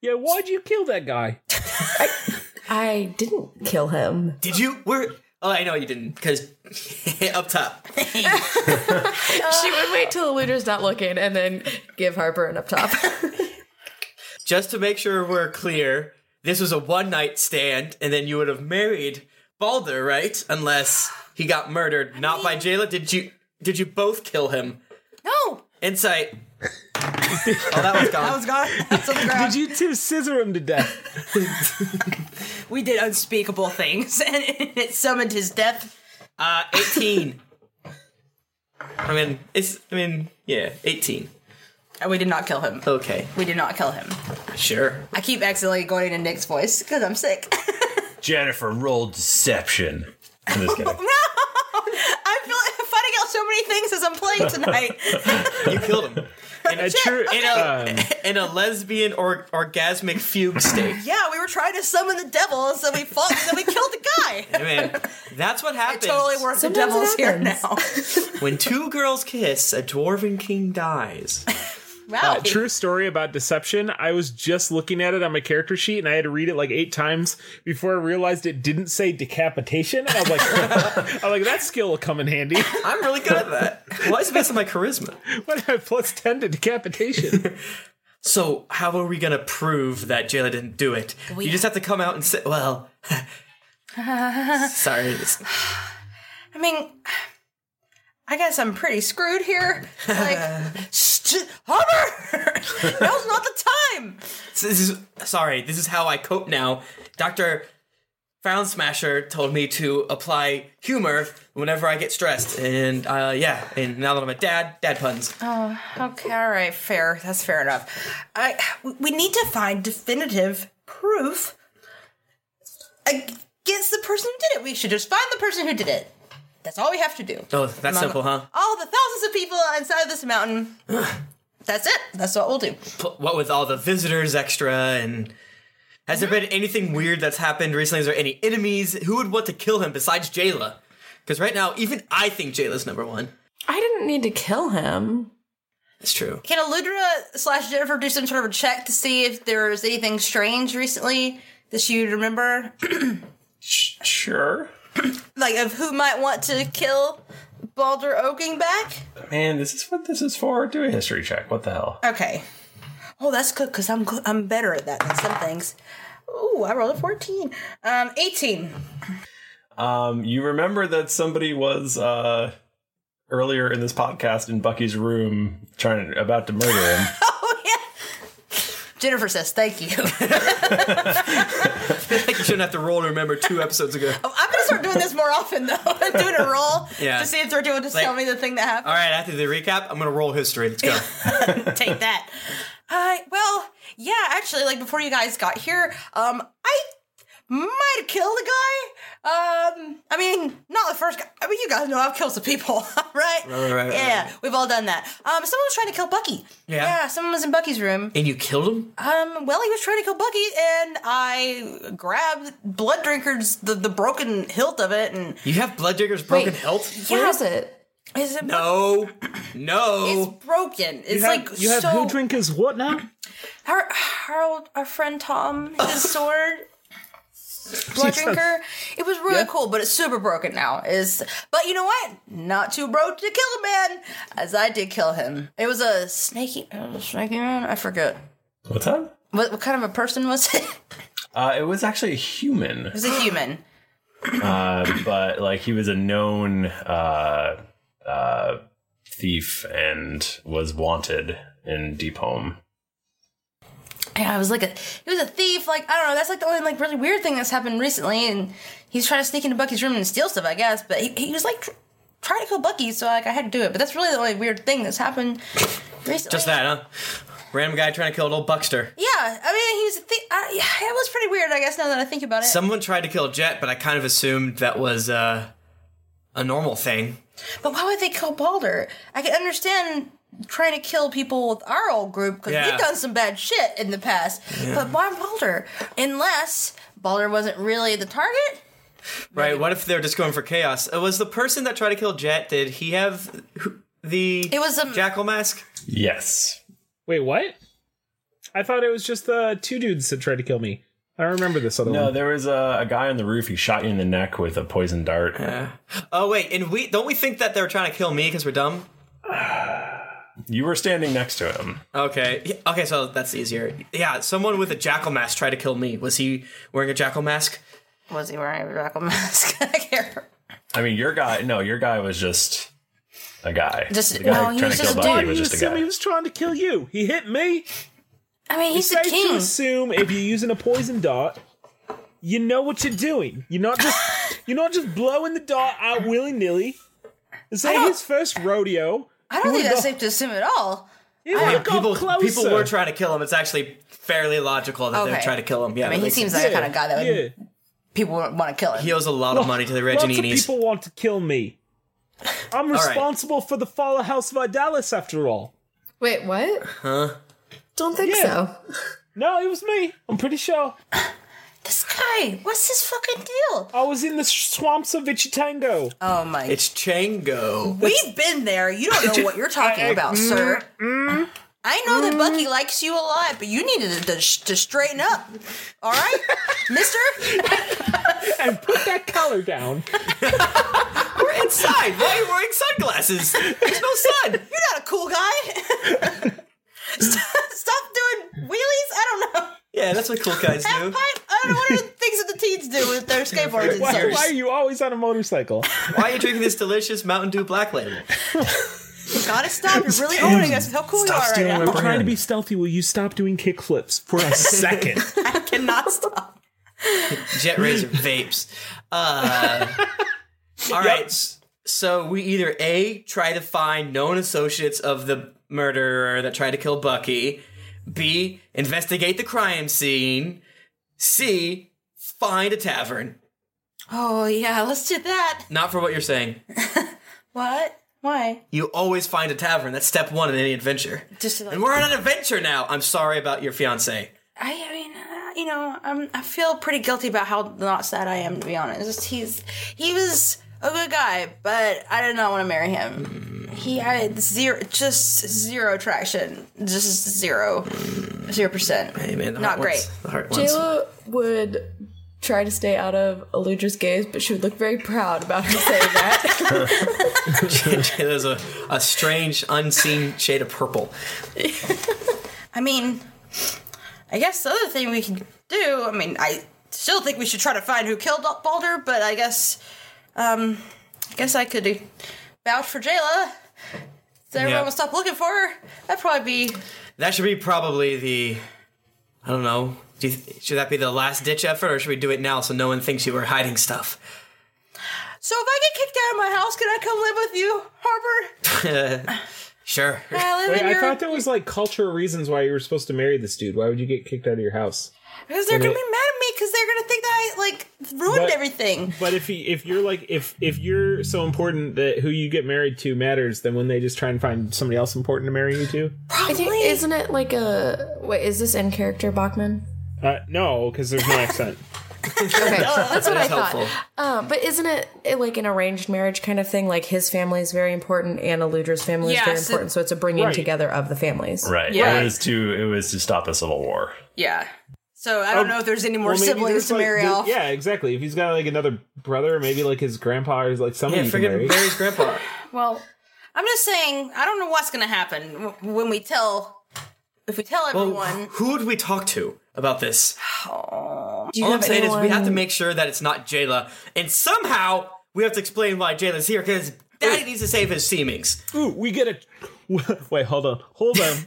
Yeah. Why'd you kill that guy?
I didn't kill him.
Did you? We're. Oh, I know you didn't, because up top.
Uh,
she would wait till the leader's not looking and then give Harper an up top.
Just to make sure we're clear, this was a one night stand, and then you would have married Balder, right? Unless he got murdered, not by Jayla. Did you? Did you both kill him?
No.
Insight. Oh, that one's gone.
That was gone. That's on the ground.
Did you two scissor him to death?
We did unspeakable things, and it summoned his death.
Uh, 18. I mean, it's. I mean, yeah, 18.
And we did not kill him.
Okay,
We did not kill him.
sure.
I keep accidentally going into Nick's voice because I'm sick.
Jennifer rolled deception. I'm just kidding.
I feel like I'm finding out so many things as I'm playing tonight.
You killed him. In a, true, in, a, in a lesbian or orgasmic fugue state.
yeah, we were trying to summon the devil, and so we fought, and then we killed the guy.
I mean, that's what happens.
totally worth the devil's here now.
When two girls kiss, a dwarven king dies.
Wow.
Uh, true story about deception. I was just looking at it on my character sheet, and I had to read it like eight times before I realized it didn't say decapitation. And I was like, I'm like that skill will come in handy.
I'm really good at that. Why is it based on my charisma?
What I have plus ten to decapitation?
So how are we gonna prove that Jayla didn't do it?
We-
you just have to come out and say, "Well,
I
sorry." it's-
mean, I guess I'm pretty screwed here. Like, st- Homer, now's not the time.
So This is sorry. This is how I cope now. Doctor Found Smasher told me to apply humor whenever I get stressed, and uh, yeah. And now that I'm a dad, dad puns.
Oh, okay, all right, fair. That's fair enough. I we- we need to find definitive proof against the person who did it. We should just find the person who did it. That's all we have to do.
Oh, that's
Among
simple, huh?
All the thousands of people inside this mountain. That's it. That's what we'll do.
Pl- What with all the visitors extra and. Has there been anything weird that's happened recently? Is there any enemies? Who would want to kill him besides Jayla? Because right now, even I think Jayla's number one.
I didn't need to kill him.
That's true.
Can Eludra slash Jennifer do some sort of a check to see if there was anything strange recently that she would remember?
sure.
like of who might want to kill Balder Oakingback?
Man, this is what this is for. Do a history check. What the hell?
Okay. Oh, that's good because I'm good. I'm better at that than some things. Ooh, I rolled a fourteen. Um, eighteen.
Um, you remember that somebody was uh earlier in this podcast in Bucky's room trying to, about to murder him.
Jennifer says thank you.
I think you shouldn't have to roll to remember two episodes ago.
Oh,
All
Oh, I'm gonna start doing this more often though. I'm doing a roll
Yeah.
to see if they're doing just
Like-
tell me the thing that happened.
right, after the recap, I'm gonna roll history. Let's go.
Take that. Uh, well, yeah, actually, like before you guys got here, um, I might have killed a guy. Um, I mean, not the first guy. I mean, you guys know I've killed some people, right?
right, right,
yeah, we've all done that. Um, someone was trying to kill Bucky.
Yeah.
yeah, someone was in Bucky's room.
And you killed him?
Um, well, he was trying to kill Bucky, and I grabbed Blood Drinker's the, the broken hilt of it, and
You have Blood Digger's broken hilt?
where is it? Is it
No. No.
It's broken. It's
you have,
like
you have
so.
who drinkers what now?
Har- Harold, our friend Tom, his sword. Blood
Yes.
drinker. It was really cool, but it's super broken now. Is but you know what? Not too broke to kill a man, as I did kill him. It was a snaky, it was a snaky man. I forget
What's up?
what, what kind of a person was it.
Uh, it was actually a
It
human,
was a human.
uh, but like he was a known uh, uh, thief and was wanted in Deep Home.
Yeah, it was like a he was a thief. Like I don't know. That's like the only like really weird thing that's happened recently. And he's trying to sneak into Bucky's room and steal stuff, I guess. But he, he was like tr- trying to kill Bucky, so like I had to do it. But that's really the only weird thing that's happened recently.
Just that, huh? Random guy trying to kill an old Buckster.
Yeah, I mean, he was a thief. I, yeah, it was pretty weird, I guess. Now that I think about it,
Someone tried to kill Jet, but I kind of assumed that was uh, a normal thing.
but why would they kill Balder? I can understand trying to kill people with our old group because
Yeah.
we've done some bad shit in the past.
Yeah.
But why Balder? Unless Balder wasn't really the target.
Right? What if they're just going for chaos? Uh, was the person that tried to kill Jet, did he have who- the it was
um,
jackal mask?
Yes.
Wait, what? I thought it was just the two dudes that tried to kill me. I remember this other
No,
one.
there was a, a guy on the roof. He shot you in the neck with a poison dart.
Oh wait, and we don't we think that they were trying to kill me because we're dumb?
You were standing next to him.
Okay. Yeah, Okay, so that's easier. Yeah, someone with a jackal mask tried to kill me. Was he wearing a jackal mask?
Was he wearing a jackal mask?
I mean, your guy. No, your guy was just a guy.
Just-
the guy
no, he
trying
was
to kill
just a
Bucky
dude.
was
You
just a
assume he
guy.
was trying to kill you. He hit me.
I mean,
he's it's the safe to assume if you're using a poison dart, you know what you're doing. You're not just you're not just blowing the dart out willy nilly. This ain't his first rodeo.
I don't think that's safe to assume at all.
I
I-
mean, people, people
closer.
were trying to kill him. It's actually fairly logical that they
Okay.
would try to kill him. Yeah,
I mean,
that
he
makes
seems
sense.
like the kind of guy that would people would want to kill him.
He owes a lot of money to the
Lots of
Regininis.
people want to kill me. I'm
right.
responsible for the fall of House Vidalis after all.
Wait, what?
Huh?
Don't think so.
No, it was me. I'm pretty sure.
this guy, what's his fucking deal?
I was in the swamps of Ichitango.
Oh my!
It's Chango.
We've been there. You don't know what you're talking about,
Mm-hmm.
sir. I know that Bucky likes you a lot, but you needed to, to, to straighten up. All right, Mister.
and put that collar down.
We're inside. Why are you wearing sunglasses? There's no sun. You're
not a cool guy. stop, stop doing wheelies. I don't know.
Yeah, that's what cool guys do.
I don't know what are the things that the teens do with their skateboards and
Why,
such.
why are you always on a motorcycle?
Why are you drinking this delicious Mountain Dew Black Label?
Gotta stop. You're really owning us with how cool
Stop
you
stealing
are
my
right now.
We're trying to be stealthy. Will you stop doing kickflips for a second?
I cannot stop.
Jet Razor vapes. Uh, all right. s- So we either A, try to find known associates of the murderer that tried to kill Bucky, B, investigate the crime scene, C, find a tavern.
Oh yeah, let's do that.
Not for what you're saying.
What? Why?
You always find a tavern. That's step one in any adventure.
Just like
And we're on an adventure now. I'm sorry about your fiance.
I, I mean, uh, you know, I'm, I feel pretty guilty about how not sad I am, to be honest. He's he was a good guy, but I did not want to marry him. He had zero, just zero traction, just zero, zero percent.
Hey man, the heart
not
wants-
great.
the heart wants-
Jayla would try to stay out of Eludra's gaze, but she would look very proud about her saying that.
There's a, a strange, unseen shade of purple.
I mean, I guess the other thing we can do. I mean, I still think we should try to find who killed Balder, but I guess, um, I guess I could vouch for Jayla. So everyone
Yeah.
will stop looking for her. That'd probably be
That should be probably the. I don't know. Do you th- should that be the last ditch effort, or should we do it now so no one thinks you were hiding stuff?
So if I get kicked out of my house, can I come live with you, Harper?
sure.
Can I live
Wait,
in
I
your?
thought there was like cultural reasons why you were supposed to marry this dude. Why would you get kicked out of your house?
Because they're
And
gonna
it-
be mad at me because they're gonna think that I like ruined
Uh, But-
everything.
But if he, if you're like if if you're so important that who you get married to matters, then when they just try and find somebody else important to marry you to,
I think isn't it like a wait? Is this in character, Bachman?
uh, no, because there's no accent.
Okay, that's what
That
I
is helpful.
thought. Um, but isn't it, it like an arranged marriage kind of thing? Like his family is very important, and Eludra's family
Yeah,
is very
so-
important, so it's a bringing
Right.
together of the families.
Right.
Yeah.
It was to it was to stop a civil war.
Yeah. So I don't know if there's any more
Oh, Well, maybe
siblings
there's,
to
like,
marry
the-
off.
Yeah, exactly. If he's got like another brother, maybe like his grandpa or like somebody.
Yeah,
you can
forget
marry.
Barry's grandpa.
Well, I'm just saying I don't know what's gonna happen w- when we tell if we tell
Well,
everyone.
who would we talk to about this?
Oh.
All I'm saying is we have to make sure that it's not Jayla, and somehow we have to explain why Jayla's here because Daddy needs to save his seemings.
Ooh, we get a. Wait, hold on, hold on.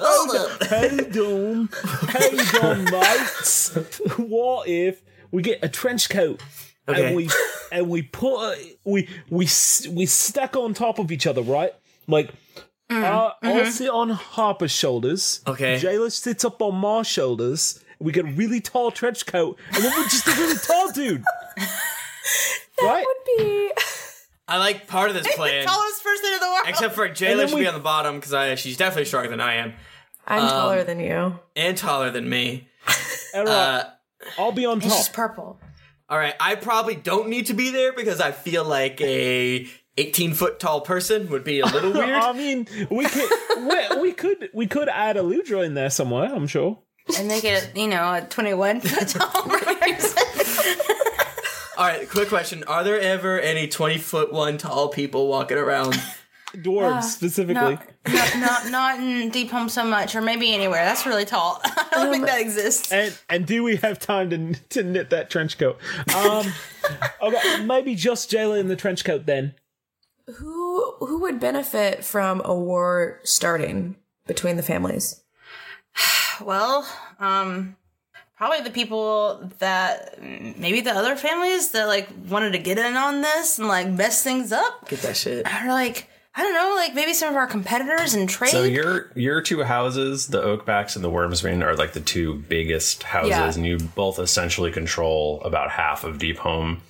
Hold up.
Hey, Dom. Hey, Dom, mates. What if we get a trench coat
Okay.
and we and we put a, we we s- we stack on top of each other, right? Like.
Mm,
I'll,
mm-hmm.
I'll
mhm.
sit on Harper's shoulders.
Okay.
Jayla sits up on my shoulders. We get a really tall trench coat, and then we're just a really tall dude. that
would be.
I like part of this
the
plan,
tallest person in the world.
except for
And
Jayla
then
should
we-
be on the bottom because she's definitely stronger than I am.
I'm
Um,
taller than you.
and taller than me. Uh,
I'll be on
It's just purple.
All right, I probably don't need to be there because I feel like a 18 foot tall person would be a little weird.
I mean, we could we, we could we could add a Ludra in there somewhere. I'm sure.
and they get a, you know a 21 foot tall person.
All right, quick question: Are there ever any 20 foot one tall people walking around?
Dwarves
Uh,
specifically.
Not, not, not in Deep Home so much, or maybe anywhere. That's really tall. I don't think that exists.
And and do we have time to to knit that trench coat? Um, okay, maybe just Jayla in the trench coat then.
Who who would benefit from a war starting between the families?
Well, um, probably the people that maybe the other families that like wanted to get in on this and like mess things up
Get that shit.
are like, I don't know, like maybe some of our competitors and trade.
So your your two houses, the Oakbacks and the Wormsman, are like the two biggest houses,
Yeah.
and you both essentially control about half of Deep Home.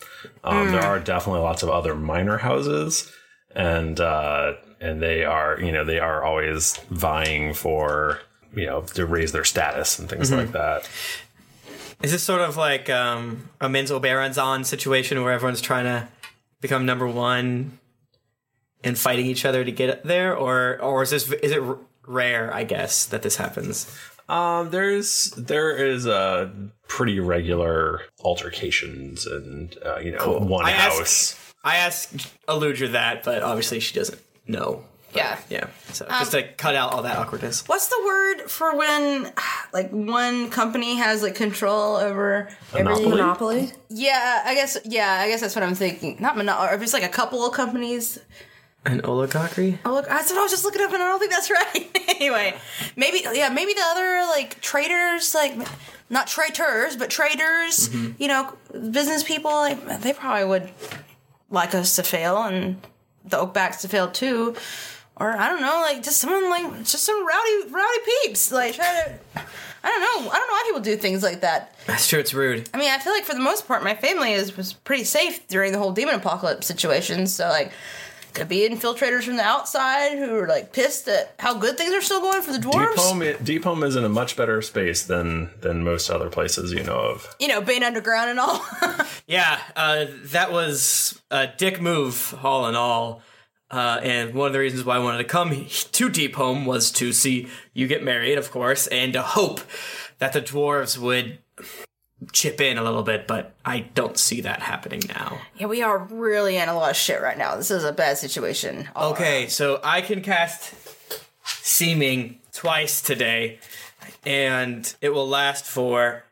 Um,
Mm.
There are definitely lots of other minor houses, and uh, and they are you know they are always vying for you know to raise their status and things
Mm-hmm.
Mhm.
like that.
Is this sort of like um, a Men's Barons on situation where everyone's trying to become number one and fighting each other to get there, or or is this is it r- rare? I guess that this happens.
Um, there's there is a pretty regular altercations and uh, you know one
I
house.
Ask, I asked Aludra that, but obviously she doesn't know.
Yeah.
Yeah. So
Um,
just to cut out all that awkwardness.
What's the word for when like one company has like control over everything?
Monopoly?
Yeah, I guess. Yeah, I guess that's what I'm thinking. Not monopoly. Or if it's like a couple of companies.
An oligarchy?
Oh look, that's what I was just looking up, and I don't think that's right. anyway, maybe yeah, maybe the other like traders, like not traitors, but traders.
Mhm.
You know, business people. Like, they probably would like us to fail, and the Oakbacks to fail too. Or I don't know, like just someone like just some rowdy rowdy peeps. Like try to. I don't know. I don't know why people do things like that.
That's true. It's rude.
I mean, I feel like for the most part, my family is was pretty safe during the whole demon apocalypse situation. So like, could be infiltrators from the outside who are like pissed at how good things are still going for the
Deep
dwarves.
home, i- Deep home is in a much better space than than most other places you know of.
You know, being underground and all.
Yeah, uh, that was a dick move, all in all. Uh, and one of the reasons why I wanted to come to Deep Home was to see you get married, of course, and to hope that the dwarves would chip in a little bit, but I don't see that happening now.
yeah, we are really in a lot of shit right now. This is a bad situation. all
Okay, so I can cast Seeming twice today, and it will last for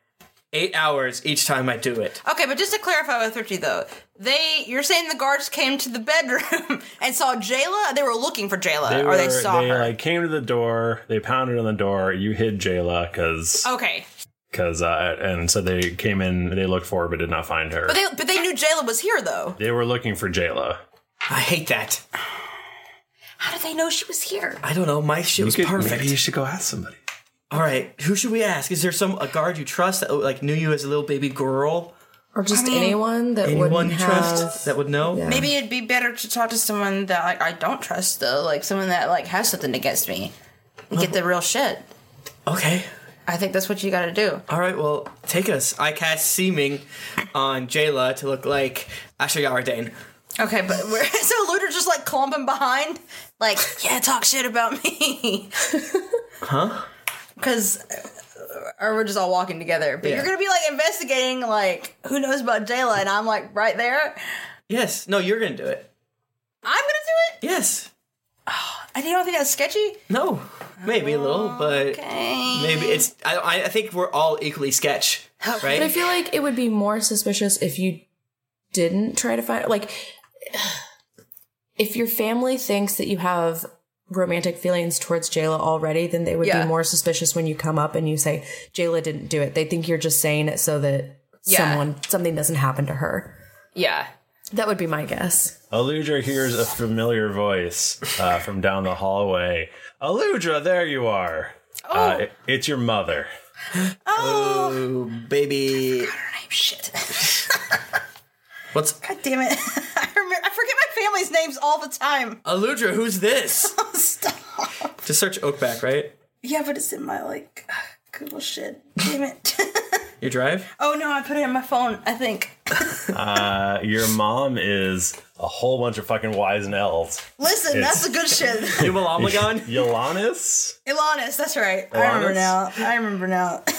eight hours each time I do it.
Okay, but just to clarify with Richie though, they you're saying the guards came to the bedroom and saw Jayla. They were looking for Jayla, or they saw
they
her.
like came to the door. They pounded on the door. You hid Jayla because
okay,
because uh, and so they came in. They looked for her but did not find her.
but they but they knew Jayla was here though.
they were looking for Jayla.
I hate that.
How did they know she was here?
I don't know. My shit was perfect.
Maybe you should go ask somebody.
All right, who should we ask? Is there some a guard you trust that like knew you as a little baby girl?
Or just
I mean,
anyone that
Anyone
wouldn't
you
have
trust that would know?
Maybe it'd be better to talk to someone that like I don't trust though, like someone that like has something against me. And get the real shit.
Okay.
I think that's what you gotta do.
All right, well, take us. I cast seeming on Jayla to look like Asher Yardane.
Okay, but we're so Luder's just like clumping behind, like, yeah, talk shit about me.
Huh?
Cause uh, or we're just all walking together. But
Yeah.
you're gonna be like investigating like who knows about Jayla and I'm like right there.
Yes. No, you're gonna do it.
I'm gonna Oh,
do it? Yes.
And you don't think that's sketchy?
No. Maybe a little, but maybe it's. I, I- I think we're all equally sketch, right?
But I feel like it would be more suspicious if you didn't try to find like if your family thinks that you have romantic feelings towards Jayla already, then they would
Yeah.
be more suspicious when you come up and you say Jayla didn't do it. They think you're just saying it so that
Yeah.
someone something doesn't happen to her.
Yeah.
That would be my guess.
Aludra hears a familiar voice uh, from down the hallway. Aludra, there you are. Uh, it- it's your mother.
Oh,
baby.
Name shit.
What's
God damn it. I remember I forget my family's names all the time.
Aludra? Who's this?
Stop.
Just search Oakback, right?
Yeah, but it's in my like Google shit. Damn it.
Your drive.
Oh no, I put it in my phone, I think.
Uh, your mom is a whole bunch of fucking wise and elves.
Listen, that's the good shit.
Yulamagon? Yolanis?
Ilanis, that's right. I remember
Ilanis?
now. I remember now.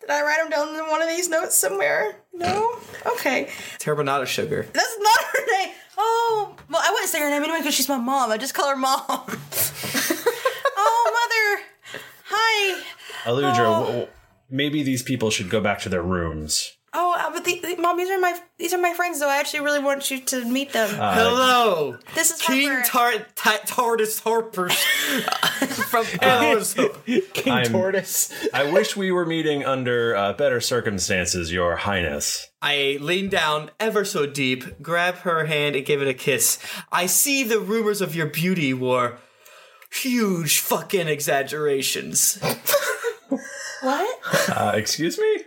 Did I write them down in one of these notes somewhere? No? Okay.
Turbinado sugar.
That's not her name. Oh, well, I wouldn't say her name anyway because she's my mom. I just call her mom. oh, mother. Hi.
Aludra, w- w- maybe these people should go back to their rooms.
Oh, uh, but the, the, mommy these are my these are my friends, though. I actually really want you to meet them.
Hello.
This is
Oh, King Tar- Ti- Tortoise Harper from Alice.
King Tortoise. I wish we were meeting under uh, better circumstances, Your Highness.
I lean down ever so deep, grab her hand, and give it a kiss. I see the rumors of your beauty were huge fucking exaggerations.
What?
Uh, excuse me?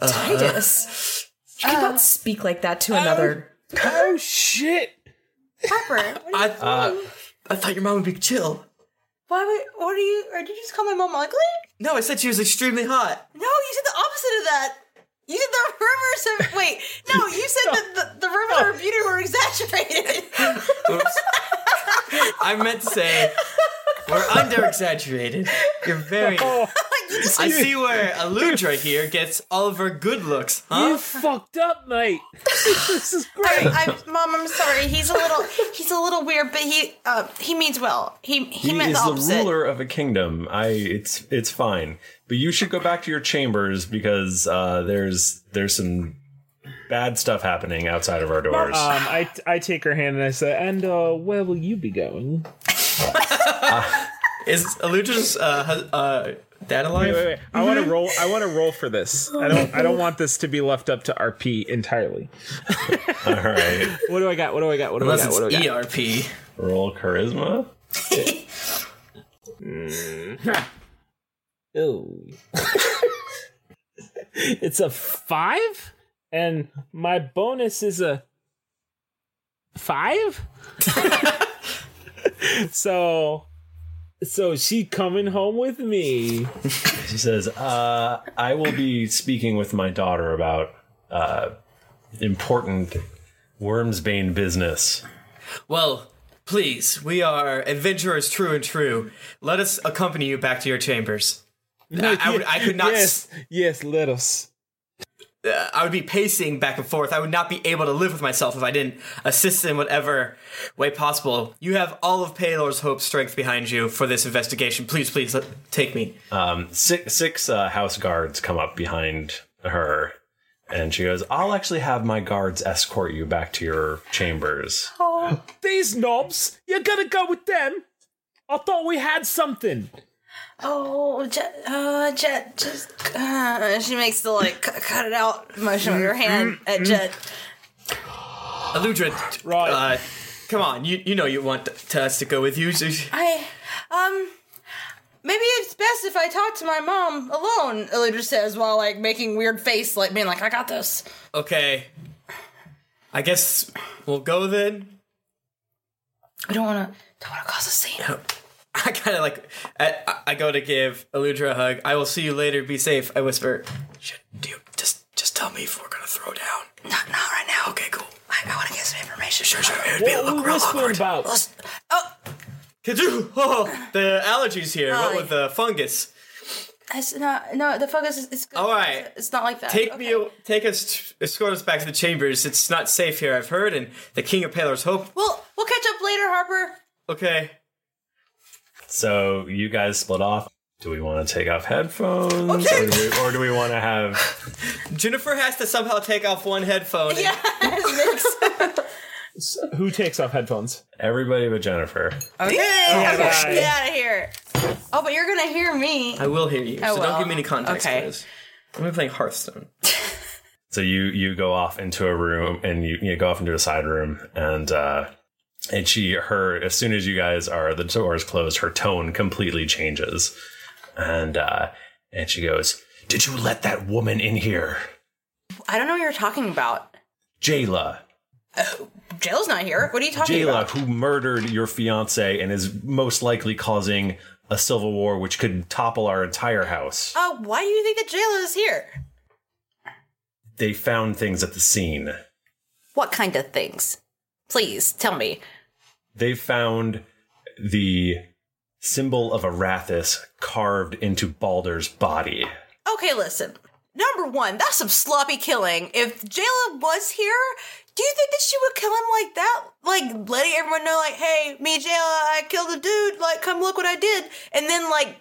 Uh-huh.
Titus. You cannot speak like that to another.
Oh shit!
Harper,
I, I thought your mom would be chill.
why would what are you? Or did you just call my mom ugly?
No, I said she was extremely hot.
No, you said the opposite of that. You said the rumors of wait. No, you said that the, the rumors of her beauty were exaggerated.
Oops. I meant to say we're under exaggerated. You're very.
Oh.
I see where Aludra here gets all of her good looks, huh?
You fucked up, mate. this is
great. I, I, Mom, I'm sorry. He's a little he's a little weird, but he uh, he means well. He he,
He,
meant
is
the
the,
opposite.
ruler of a kingdom. I it's it's fine. But you should go back to your chambers because uh, there's there's some bad stuff happening outside of our
Um,
doors.
I I take her hand and I say, "And uh, where will you be going?"
Is Aludra's uh, hu- uh, dad alive?
Wait, wait, wait. I want to roll. I want to roll for this. I don't. I don't want this to be left up to RP entirely.
All right. E
What do I got? What do I got? What do
Unless
I got?
it's
what do I got?
ERP.
Roll charisma.
Mm. Ooh. it's a five, and my bonus is a five. so, so she coming home with me.
She says, uh, I will be speaking with my daughter about uh, important Wormsbane business.
Well, please, we are adventurers true and true. Let us accompany you back to your chambers. I, I would, I could not.
Yes, yes, let us.
uh, I would be pacing back and forth. I would not be able to live with myself if I didn't assist in whatever way possible. You have all of Paylor's hope strength behind you for this investigation. Please, please let, take me.
Um, six six uh, house guards come up behind her, and she goes, I'll actually have my guards escort you back to your chambers.
Oh, these knobs! You're gonna go with them? I thought we had something.
Oh, Jet, uh, Jet, just uh, she makes the like c- cut it out motion with her hand at Jet.
Aludra, right. uh, come on. You, you know you want to, us to go with you.
I, um, maybe it's best if I talk to my mom alone. Eludra says while like making weird face, like being like, "I got this."
Okay. I guess we'll go then.
I don't want to. Don't want to cause a scene.
I kind of like. I, I- I go to give Aludra a hug. I will see you later. Be safe. I whisper. Shit, dude, just just tell me if we're gonna throw down.
Not, not right now. Okay, cool. I, I want to get some information. Sure, sure.
It would be a look real awkward.
about?
Kajoo! Oh, the allergies here.
Oh,
what with the fungus?
It's not. No, the focus is. It's good.
All right.
It's not like that.
Take me, me, take us, escort us back to the chambers. It's not safe here, I've heard, and the King of Palor's hope.
We'll we'll catch up later, Harper.
Okay.
So you guys split off. Do we want to take off headphones? Or do we, or do we want to have.
Jennifer has to somehow take off one headphone. Yeah.
Who takes off headphones?
Everybody but Jennifer.
Okay.
Yeah,
okay.
bye.
Get out of here. Oh, but you're gonna hear me.
I will hear you,
Oh,
so
well.
don't give me any context
Okay.
clues. I'm playing Hearthstone.
So you you go off into a room and you, you go off into a side room and uh and she her as soon as you guys are the doors closed, her tone completely changes. And uh and she goes, Did you let that woman in here?
I don't know what you're talking about.
Jayla.
Jail's not here. What are you talking
Jayla,
about?
who murdered your fiance and is most likely causing a civil war which could topple our entire house.
Uh, why do you think that Jayla is here?
They found things at the scene.
What kind of things? Please tell me.
they found the symbol of Arathis carved into Balder's body.
Okay, listen. Number one, that's some sloppy killing. If Jayla was here, do you think that she would kill him like that? Like letting everyone know, like, hey, me, Jayla, I killed a dude. Like, come look what I did, and then like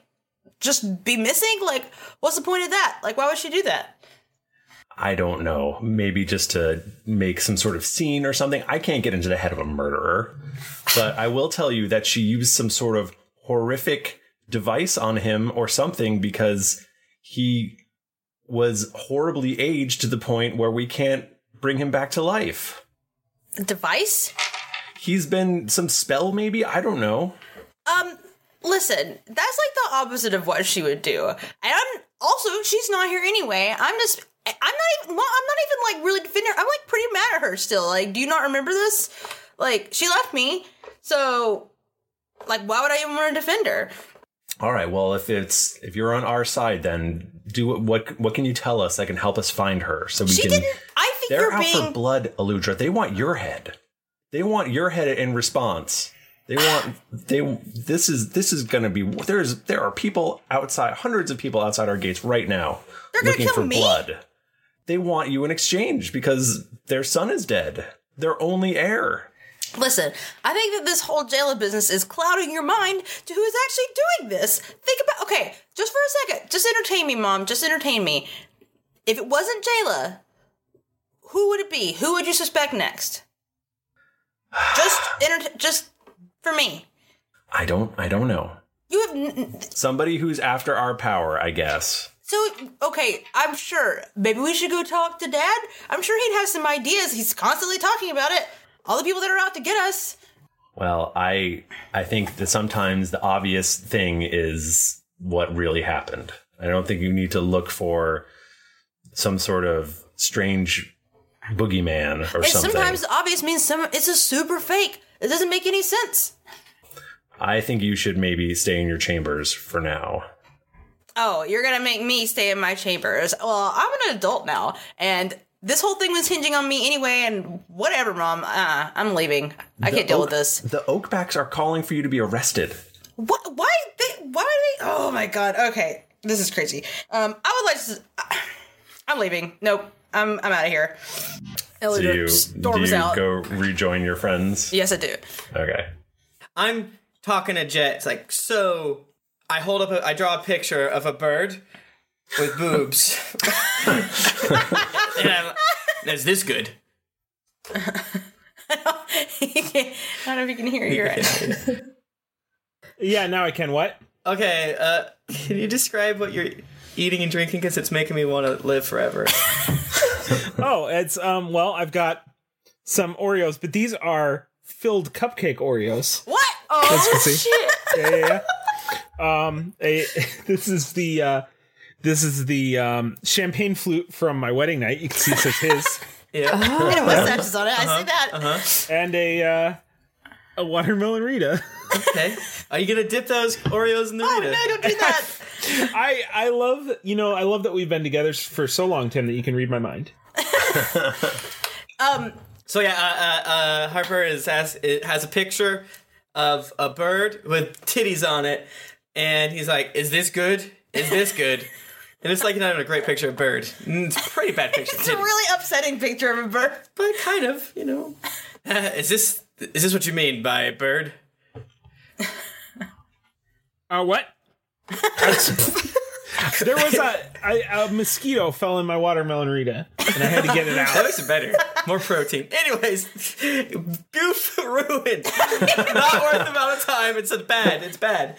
just be missing. Like, what's the point of that? Like, why would she do that?
I don't know, maybe just to make some sort of scene or something. I can't get into the head of a murderer, but I will tell you that she used some sort of horrific device on him or something because he was horribly aged to the point where we can't bring him back to life.
Device?
He's been some spell, maybe? I don't know.
Um, listen, that's like the opposite of what she would do. And I'm also she's not here anyway. I'm just I'm not even well, I'm not even like really defending her. I'm like pretty mad at her still. Like, do you not remember this? Like, she left me, so like why would I even want to defend her?
All right. Well, if it's if you're on our side, then do what what, what can you tell us that can help us find her so we
She
can.
didn't I think
They're
you're
out for
being
blood, Aludra. They want your head. They want your head in response. They want they. This is this is going to be. There's there are people outside, hundreds of people outside our gates right now
They're gonna
looking
kill
for
me?
blood. They want you in exchange because their son is dead. Their only heir.
Listen, I think that this whole jailer business is clouding your mind to who is actually doing this. Think about okay, just for a second, just entertain me, mom. Just entertain me. If it wasn't Jayla, who would it be? Who would you suspect next? Just enter- just for me.
I don't I don't know.
You have n- n-
Somebody who's after our power, I guess.
so okay. I'm sure. Maybe we should go talk to Dad. I'm sure he'd have some ideas. He's constantly talking about it. All the people that are out to get us.
Well, I I think that sometimes the obvious thing is what really happened. I don't think you need to look for some sort of strange boogeyman or
and
something.
sometimes the obvious means some. It's a super fake. It doesn't make any sense.
I think you should maybe stay in your chambers for now.
Oh, you're gonna make me stay in my chambers. Well, I'm an adult now, and this whole thing was hinging on me anyway. And whatever, mom. Uh, I'm leaving. I
The
can't deal with
oak-
this.
The Oakbacks are calling for you to be arrested.
What? Why? They, why are they? Oh my god. Okay, this is crazy. Um, I would like to. I'm leaving. Nope. I'm I'm out of here.
Do
Eludra
you, do
Oh, storms
you
out.
go rejoin your friends?
Yes, I do.
Okay.
I'm talking to Jet. It's like, so I hold up, a, I draw a picture of a bird with boobs. and I'm, is this good?
I don't know if you can hear it. You're right.
Yeah, now I can what?
Okay, uh, can you describe what you're eating and drinking? Because it's making me want to live forever.
oh, it's um. Well, I've got some Oreos, but these are filled cupcake Oreos.
What?
As you
Oh
can see.
shit.
Yeah, yeah, yeah. Um, a, this is the uh, this is the um champagne flute from my wedding night. You can see it says his.
yeah.
Oh. And a mustache is on it. I see that.
Uh-huh. And a uh, a watermelon Rita.
okay. Are you gonna dip those Oreos in the Rita?
Oh, no, don't do that.
I I love you know I love that we've been together for so long, Tim, that you can read my mind.
Um.
So yeah, uh, uh, uh, Harper is has it has a picture of a bird with titties on it, and he's like, "Is this good? Is this good?" and it's like not even a great picture of bird. Mm, It's a pretty bad picture. of
It's a
titties.
really upsetting picture of a bird.
But kind of, you know. is this is this what you mean by bird?
Uh, what? there was a, a a mosquito fell in my watermelon Rita, and I had to get it out.
That makes it better. More protein. Anyways, goof ruined. Not worth the amount of time. It's a bad. It's bad.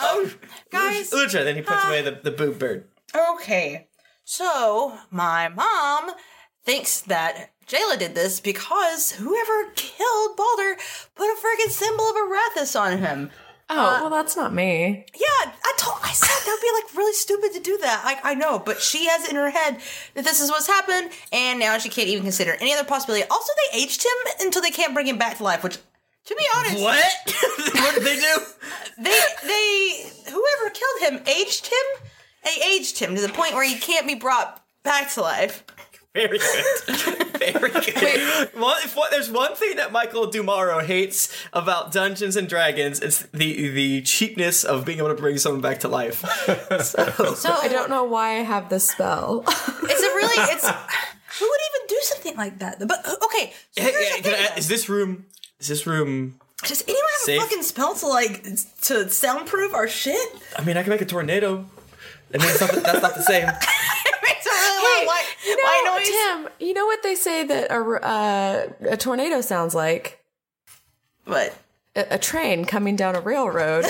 Oh,
Um, guys. uh,
Lucha. Then he puts away the, the boob bird.
Okay. So, my mom thinks that Jayla did this because whoever killed Balder put a freaking symbol of Arathis on him. Uh,
Oh, well, that's not me.
Yeah, I told I said that'd be like really stupid to do that. Like I know, but she has it in her head that this is what's happened, and now she can't even consider any other possibility. Also, they aged him until they can't bring him back to life, which to be honest
What? what did they do?
They they whoever killed him aged him? They aged him to the point where he can't be brought back to life.
Very good. Very good. Well, if what, there's one thing that Michael Dumaro hates about Dungeons and Dragons, it's the the cheapness of being able to bring someone back to life. so,
So I don't know why I have this spell.
It's a really it's who would even do something like that? But okay, so
Hey,
here's
yeah, can
the thing.
I- is this room? Is this room?
Does anyone have
Safe.
a fucking spell to like to soundproof our shit?
I mean, I can make a tornado. I mean, it's not, that's not the same.
hey, white,
You know,
white
Tim, you know what they say that a, uh, a tornado sounds like?
What?
A, a train coming down a railroad.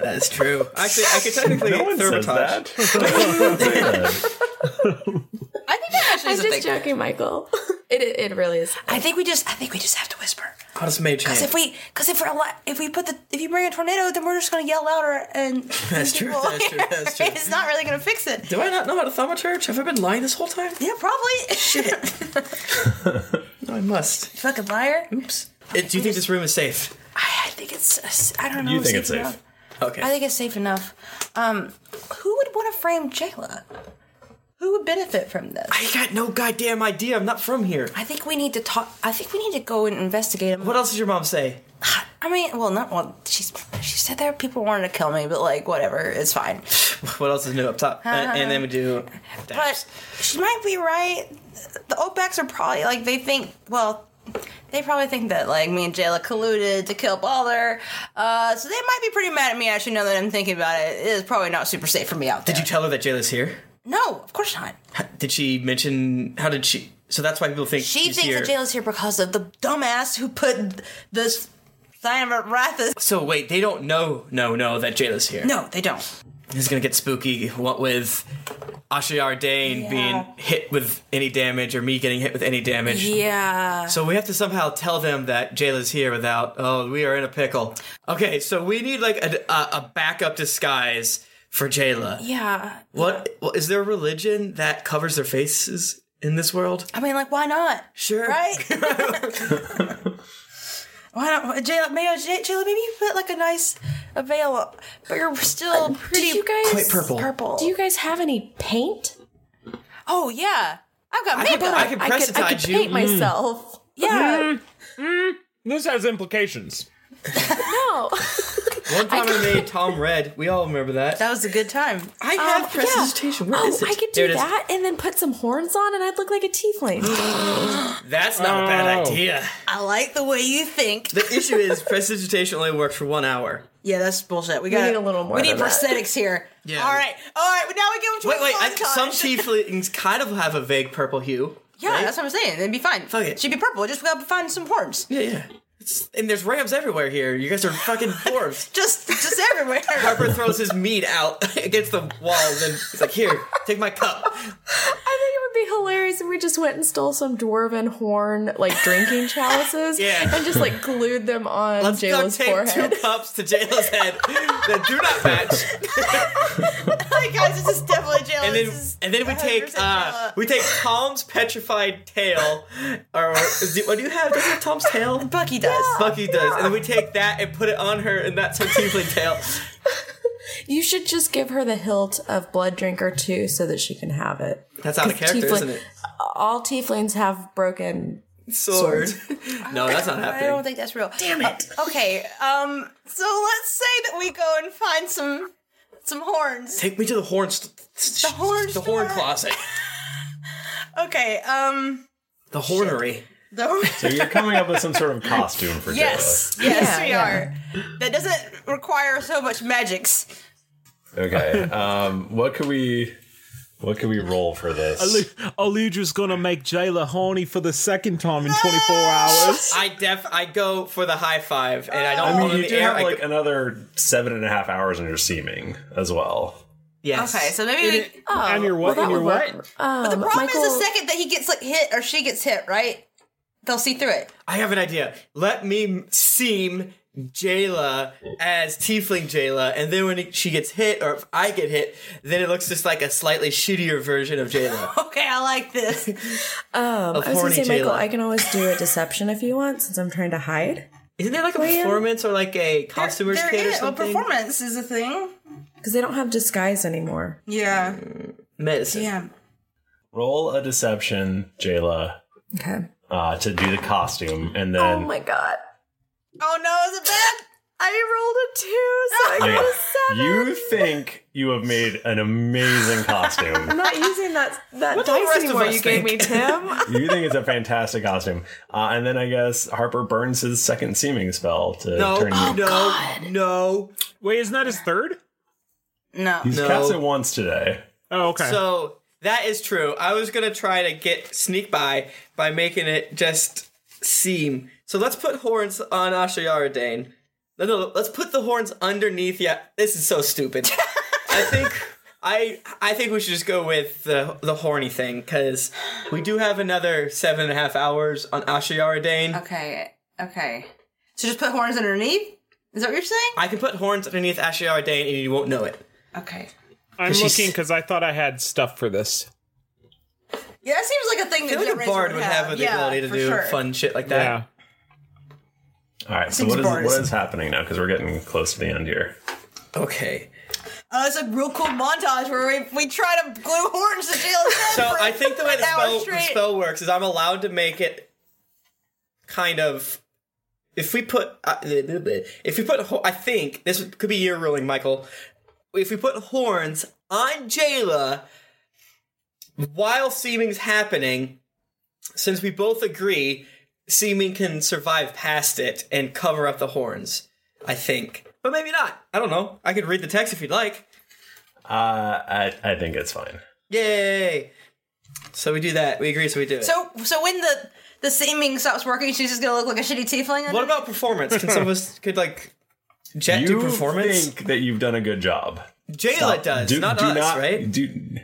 That is true. Actually, I could technically
No one says
sabotage.
noise. I think that actually
I'm
is a thing.
just joking, Michael. It, it really is.
I think we just I think we just have to whisper.
I'll just mage
Because
hand.
if we because if we're a lot, if we put the if you bring a tornado, then we're just gonna yell louder and
That's true,
people
that's true,
hear
that's true.
it. It's not really gonna fix it.
Do I not know how to thaumaturge? Have I been lying this whole time?
Yeah, probably. Shit.
No, I must.
Fucking liar. Oops.
Uh, do you think this room is safe?
I, I think it's I don't know.
You
if
think it's safe.
enough.
Okay.
I think it's safe enough. Um, who would want to frame Jayla? Who would benefit from this?
I got no goddamn idea. I'm not from here.
I think we need to talk. I think we need to go and investigate him.
What else did your mom say?
I mean, well, not well. She's she said there people wanted to kill me, but like whatever, it's fine.
What else is new up top? and, and then we do.
But she might be right. The OPECs are probably like they think. Well, they probably think that like me and Jayla colluded to kill Balder. Uh, so they might be pretty mad at me. Actually, now that I'm thinking about it, it is probably not super safe for me out there.
Did you tell her that Jayla's here?
No, of course not.
Did she mention? How did she? So that's why people think
She
she's
thinks
here.
that Jayla's here because of the dumbass who put this sign of Rathus.
so wait, they don't know, no, no, that Jayla's here.
No, they don't.
This is gonna get spooky. What with Ashiar Dane
Yeah.
being hit with any damage, or me getting hit with any damage.
Yeah.
So we have to somehow tell them that Jayla's here without, oh, we are in a pickle. Okay, so we need like a, a, a backup disguise for Jayla.
Yeah.
What well, is there a religion that covers their faces in this world?
I mean, like, why not?
Sure.
Right? why not? Jayla, maybe, Jay- Jayla, maybe you put like a nice a veil, up, but you're still pretty
you guys-
Quite purple.
Purple.
Do you guys have any paint?
Oh yeah, I've got
I
makeup.
could- I could I could- I could pressitize you. paint Mm. Mm-hmm. myself. Yeah.
this has implications.
No.
One time I made Tom red. We all remember that.
That was a good time.
I have
Um,
prestidigitation.
yeah.
What
oh,
is it?
I could
There
do
it is.
that and then put some horns on and I'd look like a tiefling.
That's not a bad
Oh.
idea.
I like the way you think.
The issue is prestidigitation only works for one hour.
Yeah, that's bullshit. We
We
got
need a little more
We
than
need
that.
prosthetics here.
Yeah.
All right. All right. Now we give them to
Wait,
a
wait. I,
montage.
some tieflings kind of have a vague purple hue.
Yeah, that's what I'm saying. It'd be fine. Fuck it. She'd be purple. Just gotta find some horns.
Yeah, yeah. And there's rams everywhere here. You guys are fucking dwarves.
Just, just everywhere.
Harper throws his meat out against the wall, and he's like, "Here, take my cup."
I think it would be hilarious if we just went and stole some dwarven horn like drinking chalices
Yeah.
and just like glued them on
Let's duct
Jayla's
tape
forehead.
two cups to Jayla's head that do not match.
Hey guys, this is definitely Jayla.
and then and then we take uh, we take Tom's petrified tail, or is it- what do you have? Does it have Tom's tail?
Bucky does.
Bucky does. And then we take that and put it on her, and that's her tiefling tail.
You should just give her the hilt of Blood Drinker too, so that she can have it.
That's out of
'Cause
character,
tiefling-
isn't it?
All tieflings have broken
Sword. no, that's not
I
happening.
don't think that's real. Damn it. okay. Um. So let's say that we go and find some some horns.
Take me to the horn. St- the horn. The horn closet.
Okay. Um.
The hornery.
The
So you're coming up with some sort of costume for
yes.
Jayla.
Yes, we are. That doesn't require so much magics.
Okay. Um, what could we what could we roll for this?
Alu- Aludra's gonna make Jayla horny for the second time in 24 hours.
I def. I go for the high five, and
Oh.
I don't.
I
want
mean,
it in
you
the
do
air.
have
I
like another seven and a half hours on your seeming as well.
Yes.
Okay, so maybe we, oh,
and your what-
that
and your
would
what?
work. but the
Um,
problem is
Michael-
the second that he gets like hit or she gets hit, right? They'll see through it.
I have an idea. Let me seem Jayla as Tiefling Jayla, and then when she gets hit, or if I get hit, then it looks just like a slightly shittier version of Jayla.
Oh,
Okay, I like this.
Of
Um, I was gonna
horny
say, Michael,
Jayla.
I can always do a deception if you want, since I'm trying to hide.
Isn't there like a
Well, yeah.
performance or like a costumer's
there
kit or
is a
something?
perform-
Performance is a thing.
Because they don't have disguise anymore.
Yeah.
Mm. Medicine.
Yeah.
Roll a deception, Jayla,
Okay.
uh, to do the costume, and then
Oh god.
Oh no, is it bad?
I rolled a two, so I got
Okay.
a seven.
you think you have made an amazing costume.
I'm not using that that
What do the
dice
rest of
anymore
us
you gave me, Tim.
you think it's a fantastic costume, uh, and then I guess Harper burns his second seeming spell to
No,
turn
oh,
no,
you.
no.
Wait, isn't that his third?
No,
He's cast it once today.
Oh, okay.
So That is true. I was gonna try to get sneak by by making it just seem. So let's put horns on Asha Yaradane. No, no, let's put the horns underneath. Yeah, this is so stupid. I think I I think we should just go with the the horny thing because we do have another seven and a half hours on Asha Yaradane.
Okay, okay. So just put horns underneath? Is that what you're saying?
I can put horns underneath Asha Yaradane and you won't know it.
Okay.
I'm
'Cause she's-
looking because I thought I had stuff for this.
Yeah, that seems like a thing
I feel
that
like a
Generator
bard would have, the
Yeah,
ability to
for
do
sure.
fun shit like that.
Yeah.
All right. So
Seems
what is
bars.
what is happening now? Because we're getting close to the end here.
Okay.
Oh, it's a real cool montage where we, we try to glue horns to Jayla's head.
So
for
I think the way the
an hour
spell, the
straight.
spell works is I'm allowed to make it kind of. If we put, uh, if we put, ho- I think this could be your ruling, Michael. If we put horns on Jayla while seeming's happening, since we both agree, seeming can survive past it and cover up the horns. I think, but maybe not. I don't know. I could read the text if you'd like.
Uh, I I think it's fine.
Yay! So we do that. We agree. So we do it.
So so when the the seeming stops working, she's just gonna look like a shitty tiefling.
What about performance? Can some of us could like Jet
you
do performance?
think that you've done a good job.
Jayla
Stop.
does,
Do-
not
do
us,
not-
right?
Do,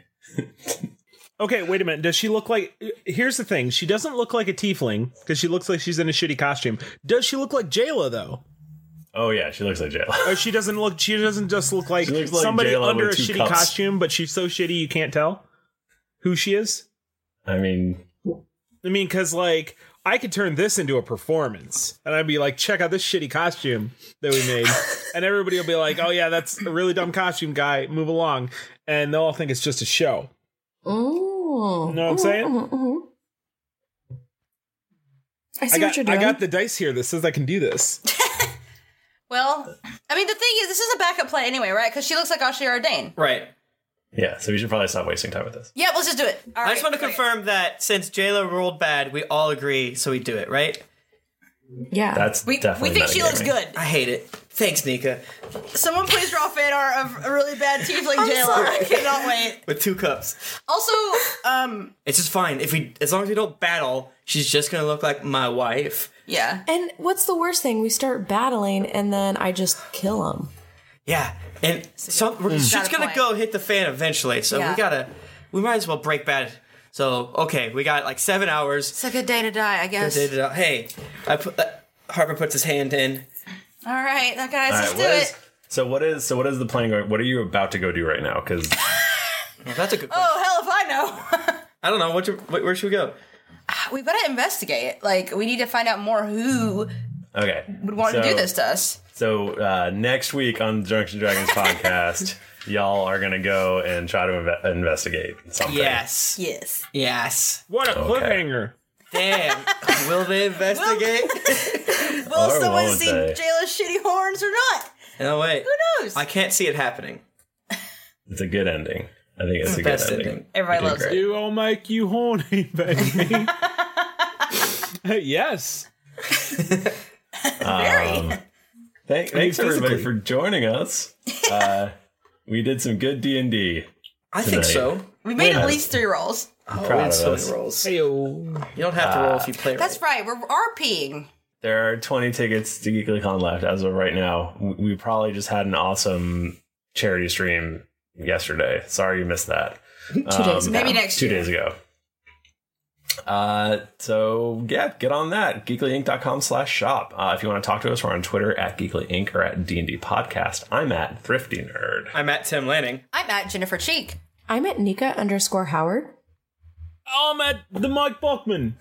Okay, wait a minute. Does she look like? Here's the thing. She doesn't look like a tiefling because she looks like she's in a shitty costume. Does she look like Jayla though?
oh yeah, she looks like Jayla.
Or she doesn't look. She doesn't just look like,
looks like
somebody
Jayla
under a
with two
shitty
cups.
costume, but she's so shitty you can't tell who she is.
I mean,
I mean, because like I could turn this into a performance, and I'd be like, check out this shitty costume that we made, and everybody will be like, oh yeah, that's a really dumb costume, guy. Move along, and they'll all think it's just a show.
Ooh.
Know what I'm saying?
I see
got,
what you're doing.
I got the dice here that says I can do this.
Well, I mean the thing is, this is a backup plan anyway, right? Because she looks like Ashley Ardain.
Right.
Yeah. So we should probably stop wasting time with this.
Yeah, let's just do it. All
I just want to confirm that since Jayla rolled bad, we all agree, so we do it, right?
Yeah.
That's
We- we definitely think she looks metagaming. good.
I hate it. Thanks, Nika.
Someone please draw fan art of a really bad tiefling
I'm
Jayla.
sorry.
I cannot wait.
With two cups.
Also, um,
It's just fine. If we as long as we don't battle, she's just gonna look like my wife.
Yeah.
And what's the worst thing? We start battling and then I just kill him.
Yeah. And some we're,
Mm.
she's
Got a
gonna
point.
go hit the fan eventually, so
Yeah.
we gotta we might as well break bad. So okay, we got like seven hours.
it's a good day to die, I guess.
Good day to die. Hey, I put uh, Harper puts his hand in.
All right, now guys,
All
let's
right,
do
what
it.
is- so what is so what is the plan going? What are you about to go do right now? Because
that's a good.
Oh hell if I know.
I don't know. What, you- wh- where should we go?
We've got to investigate. Like we need to find out more who
Okay.
would want to
So-
do this to us.
So uh, next week on the Junction Dragons podcast, y'all are gonna go and try to inve- investigate something.
Yes.
Yes.
Yes.
What
a Okay.
cliffhanger!
Damn. Will they investigate?
Will
Or
someone
won't
see
they?
Jayla's shitty horns or not?
no wait.
Who knows?
I can't see it happening.
It's a good ending. I think it's,
It's
a
the
good
best
ending.
ending.
Everybody
You did loves great. it.
You all make you horny, baby. yes.
Um, thank- thanks
mean,
everybody
physically.
for joining us. Uh, we did some good D and D.
I think so.
We made at least three rolls.
I'm
Oh,
proud
we had
of
so
us.
many rolls. You don't have to
Ah.
roll if you play.
Uh, That's right. We're RPing.
There are 20 tickets to GeeklyCon left as of right now. W- We probably just had an awesome charity stream yesterday. Sorry you missed that. two
days ago. Maybe next
Two
year.
days ago. Uh, so yeah, get on that. Geeklyinc.com slash shop. Uh, if you want to talk to us, we're on Twitter at GeeklyInc or at D&D Podcast. I'm at Thrifty Nerd.
I'm at Tim Lanning.
I'm at Jennifer Cheek.
I'm at Nika underscore Howard.
I'm at the Mike Bachman.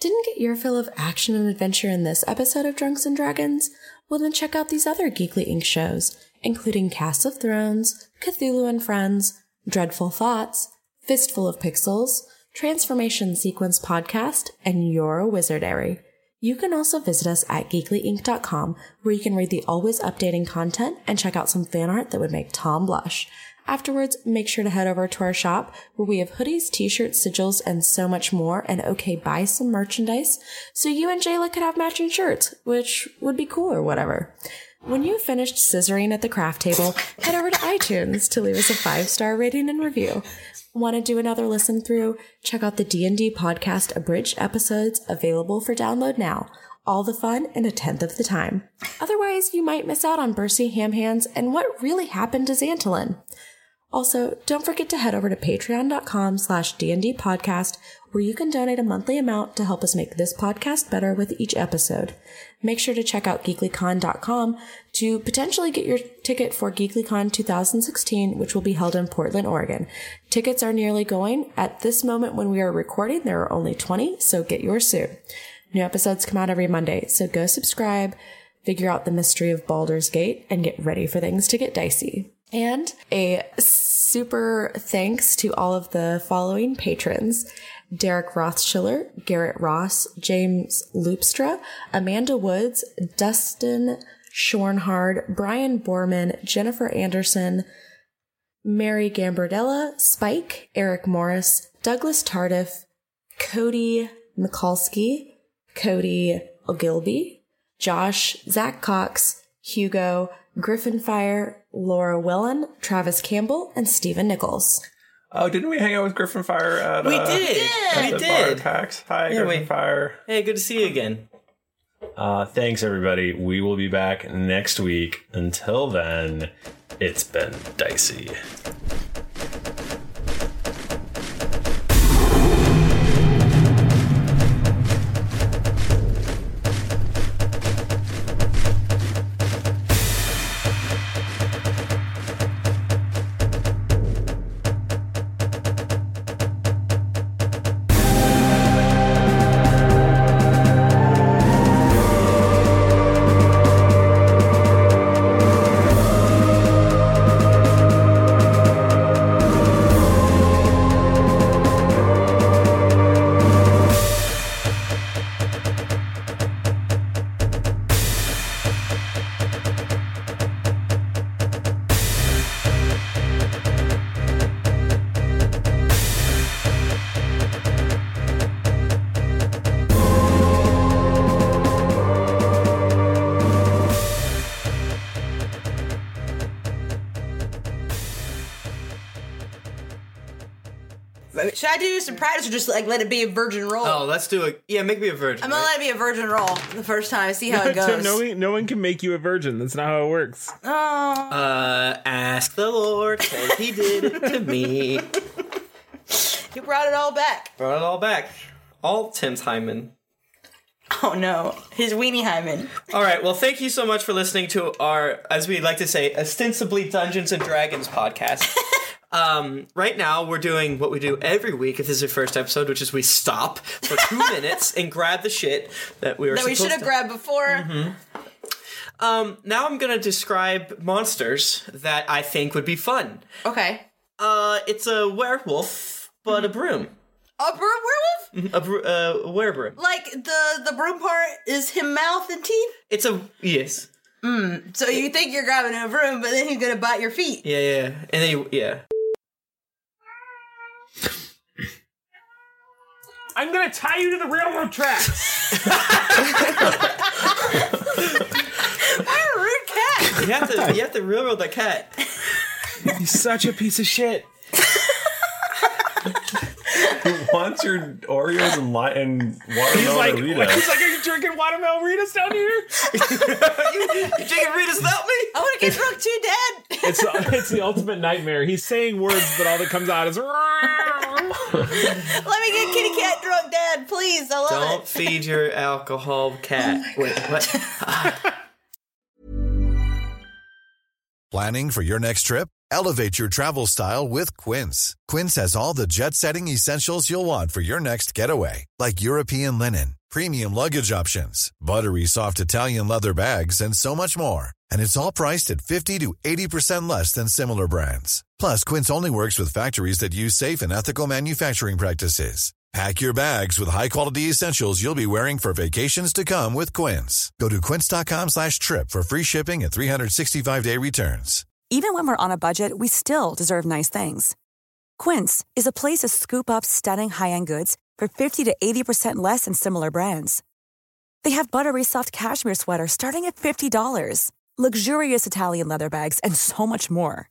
Didn't get your fill of action and adventure in this episode of Drunks and Dragons? Well, then check out these other Geekly Inc. shows, including Cast of Thrones, Cthulhu and Friends, Dreadful Thoughts, Fistful of Pixels, Transformation Sequence Podcast, and Your Wizardary. You can also visit us at geeklyinc.com, where you can read the always updating content and check out some fan art that would make Tom blush. Afterwards, make sure to head over to our shop where we have hoodies, t-shirts, sigils, and so much more. And okay, buy some merchandise so you and Jayla could have matching shirts, which would be cool or whatever. When you've finished scissoring at the craft table, head over to iTunes to leave us a five-star rating and review. Want to do another listen through? Check out the D&D podcast abridged episodes available for download now. All the fun in a tenth of the time. Otherwise, you might miss out on Bursey Hamhands and what really happened to Xantolin. Also, don't forget to head over to patreon.com slash D&D podcast where you can donate a monthly amount to help us make this podcast better with each episode. Make sure to check out geeklycon.com to potentially get your ticket for GeeklyCon 2016, which will be held in Portland, Oregon. Tickets are nearly going. At this moment when we are recording, there are only 20, so get yours soon. New episodes come out every Monday, so go subscribe, figure out the mystery of Baldur's Gate, and get ready for things to get dicey. And a super thanks to all of the following patrons. Derek Rothschiller, Garrett Ross, James Loopstra, Amanda Woods, Dustin Schornhard, Brian Borman, Jennifer Anderson, Mary Gambardella, Spike, Eric Morris, Douglas Tardiff, Cody Mikulski, Cody Ogilvy, Josh, Zach Cox, Hugo, Griffin Fire, Laura Wellen, Travis Campbell, and Stephen Nichols.
Oh, didn't we hang out with Griffin Fire at
We
uh,
did.
at
We
the
did.
bar at PAX? Hi,
Yeah,
Griffin
we-
Fire.
Hey, good to see you again.
Uh, thanks, everybody. We will be back next week. Until then, it's been dicey.
Should I do some practice or just like let it be a virgin roll?
Oh, let's do it. Yeah, make me a virgin.
I'm gonna let it be a virgin roll the first time. See how it goes.
no, one, no one can make you a virgin. That's not how it works.
oh.
Uh, ask the Lord, 'cause he did it to me.
You brought it all back.
Brought it all back. All Tim's Hyman.
Oh no, his weenie hymen.
All right. Well, thank you so much for listening to our, as we like to say, ostensibly Dungeons and Dragons podcast. um, right now, we're doing what we do every week if this is your first episode, which is we stop for two minutes and grab the shit that we were
That we should
supposed
have
to. Mm-hmm.
grabbed before.
Um, now I'm gonna describe monsters that I think would be fun.
Okay.
Uh, it's a werewolf, but a
Mm-hmm.
broom.
A broom werewolf?
Mhm, A, br- uh, a werebroom.
Like the the broom part is him mouth and teeth.
It's a yes.
Mm. So you think you're grabbing a broom, but then he's gonna bite your feet.
Yeah, yeah, yeah. and then you, yeah.
I'm gonna tie you to the railroad tracks.
I'm a rude cat.
You have to, you have to railroad the cat.
You're such a piece of shit.
Who wants your Oreos and, li- and watermelon
He's like,
Doritos?
he's like, are you drinking watermelon Ritas down here?
you, you drinking Ritas without me?
I want to get drunk too, Dad.
It's it's the ultimate nightmare. He's saying words, but all that comes out is.
Let me get kitty cat drunk, Dad, please. I love
Don't
it. Oh
feed your alcohol cat. Wait, what?
Planning for your next trip? Elevate your travel style with Quince. Quince has all the jet setting essentials you'll want for your next getaway, like European linen, premium luggage options, buttery soft Italian leather bags, and so much more. And it's all priced at 50 to 80% less than similar brands. Plus, Quince only works with factories that use safe and ethical manufacturing practices. Pack your bags with high-quality essentials you'll be wearing for vacations to come with Quince. Go to quince.com slash trip for free shipping and 365-day returns.
Even when we're on a budget, we still deserve nice things. Quince is a place to scoop up stunning high end goods for 50 to 80% less than similar brands. They have buttery soft cashmere sweaters starting at $50, luxurious Italian leather bags, and so much more.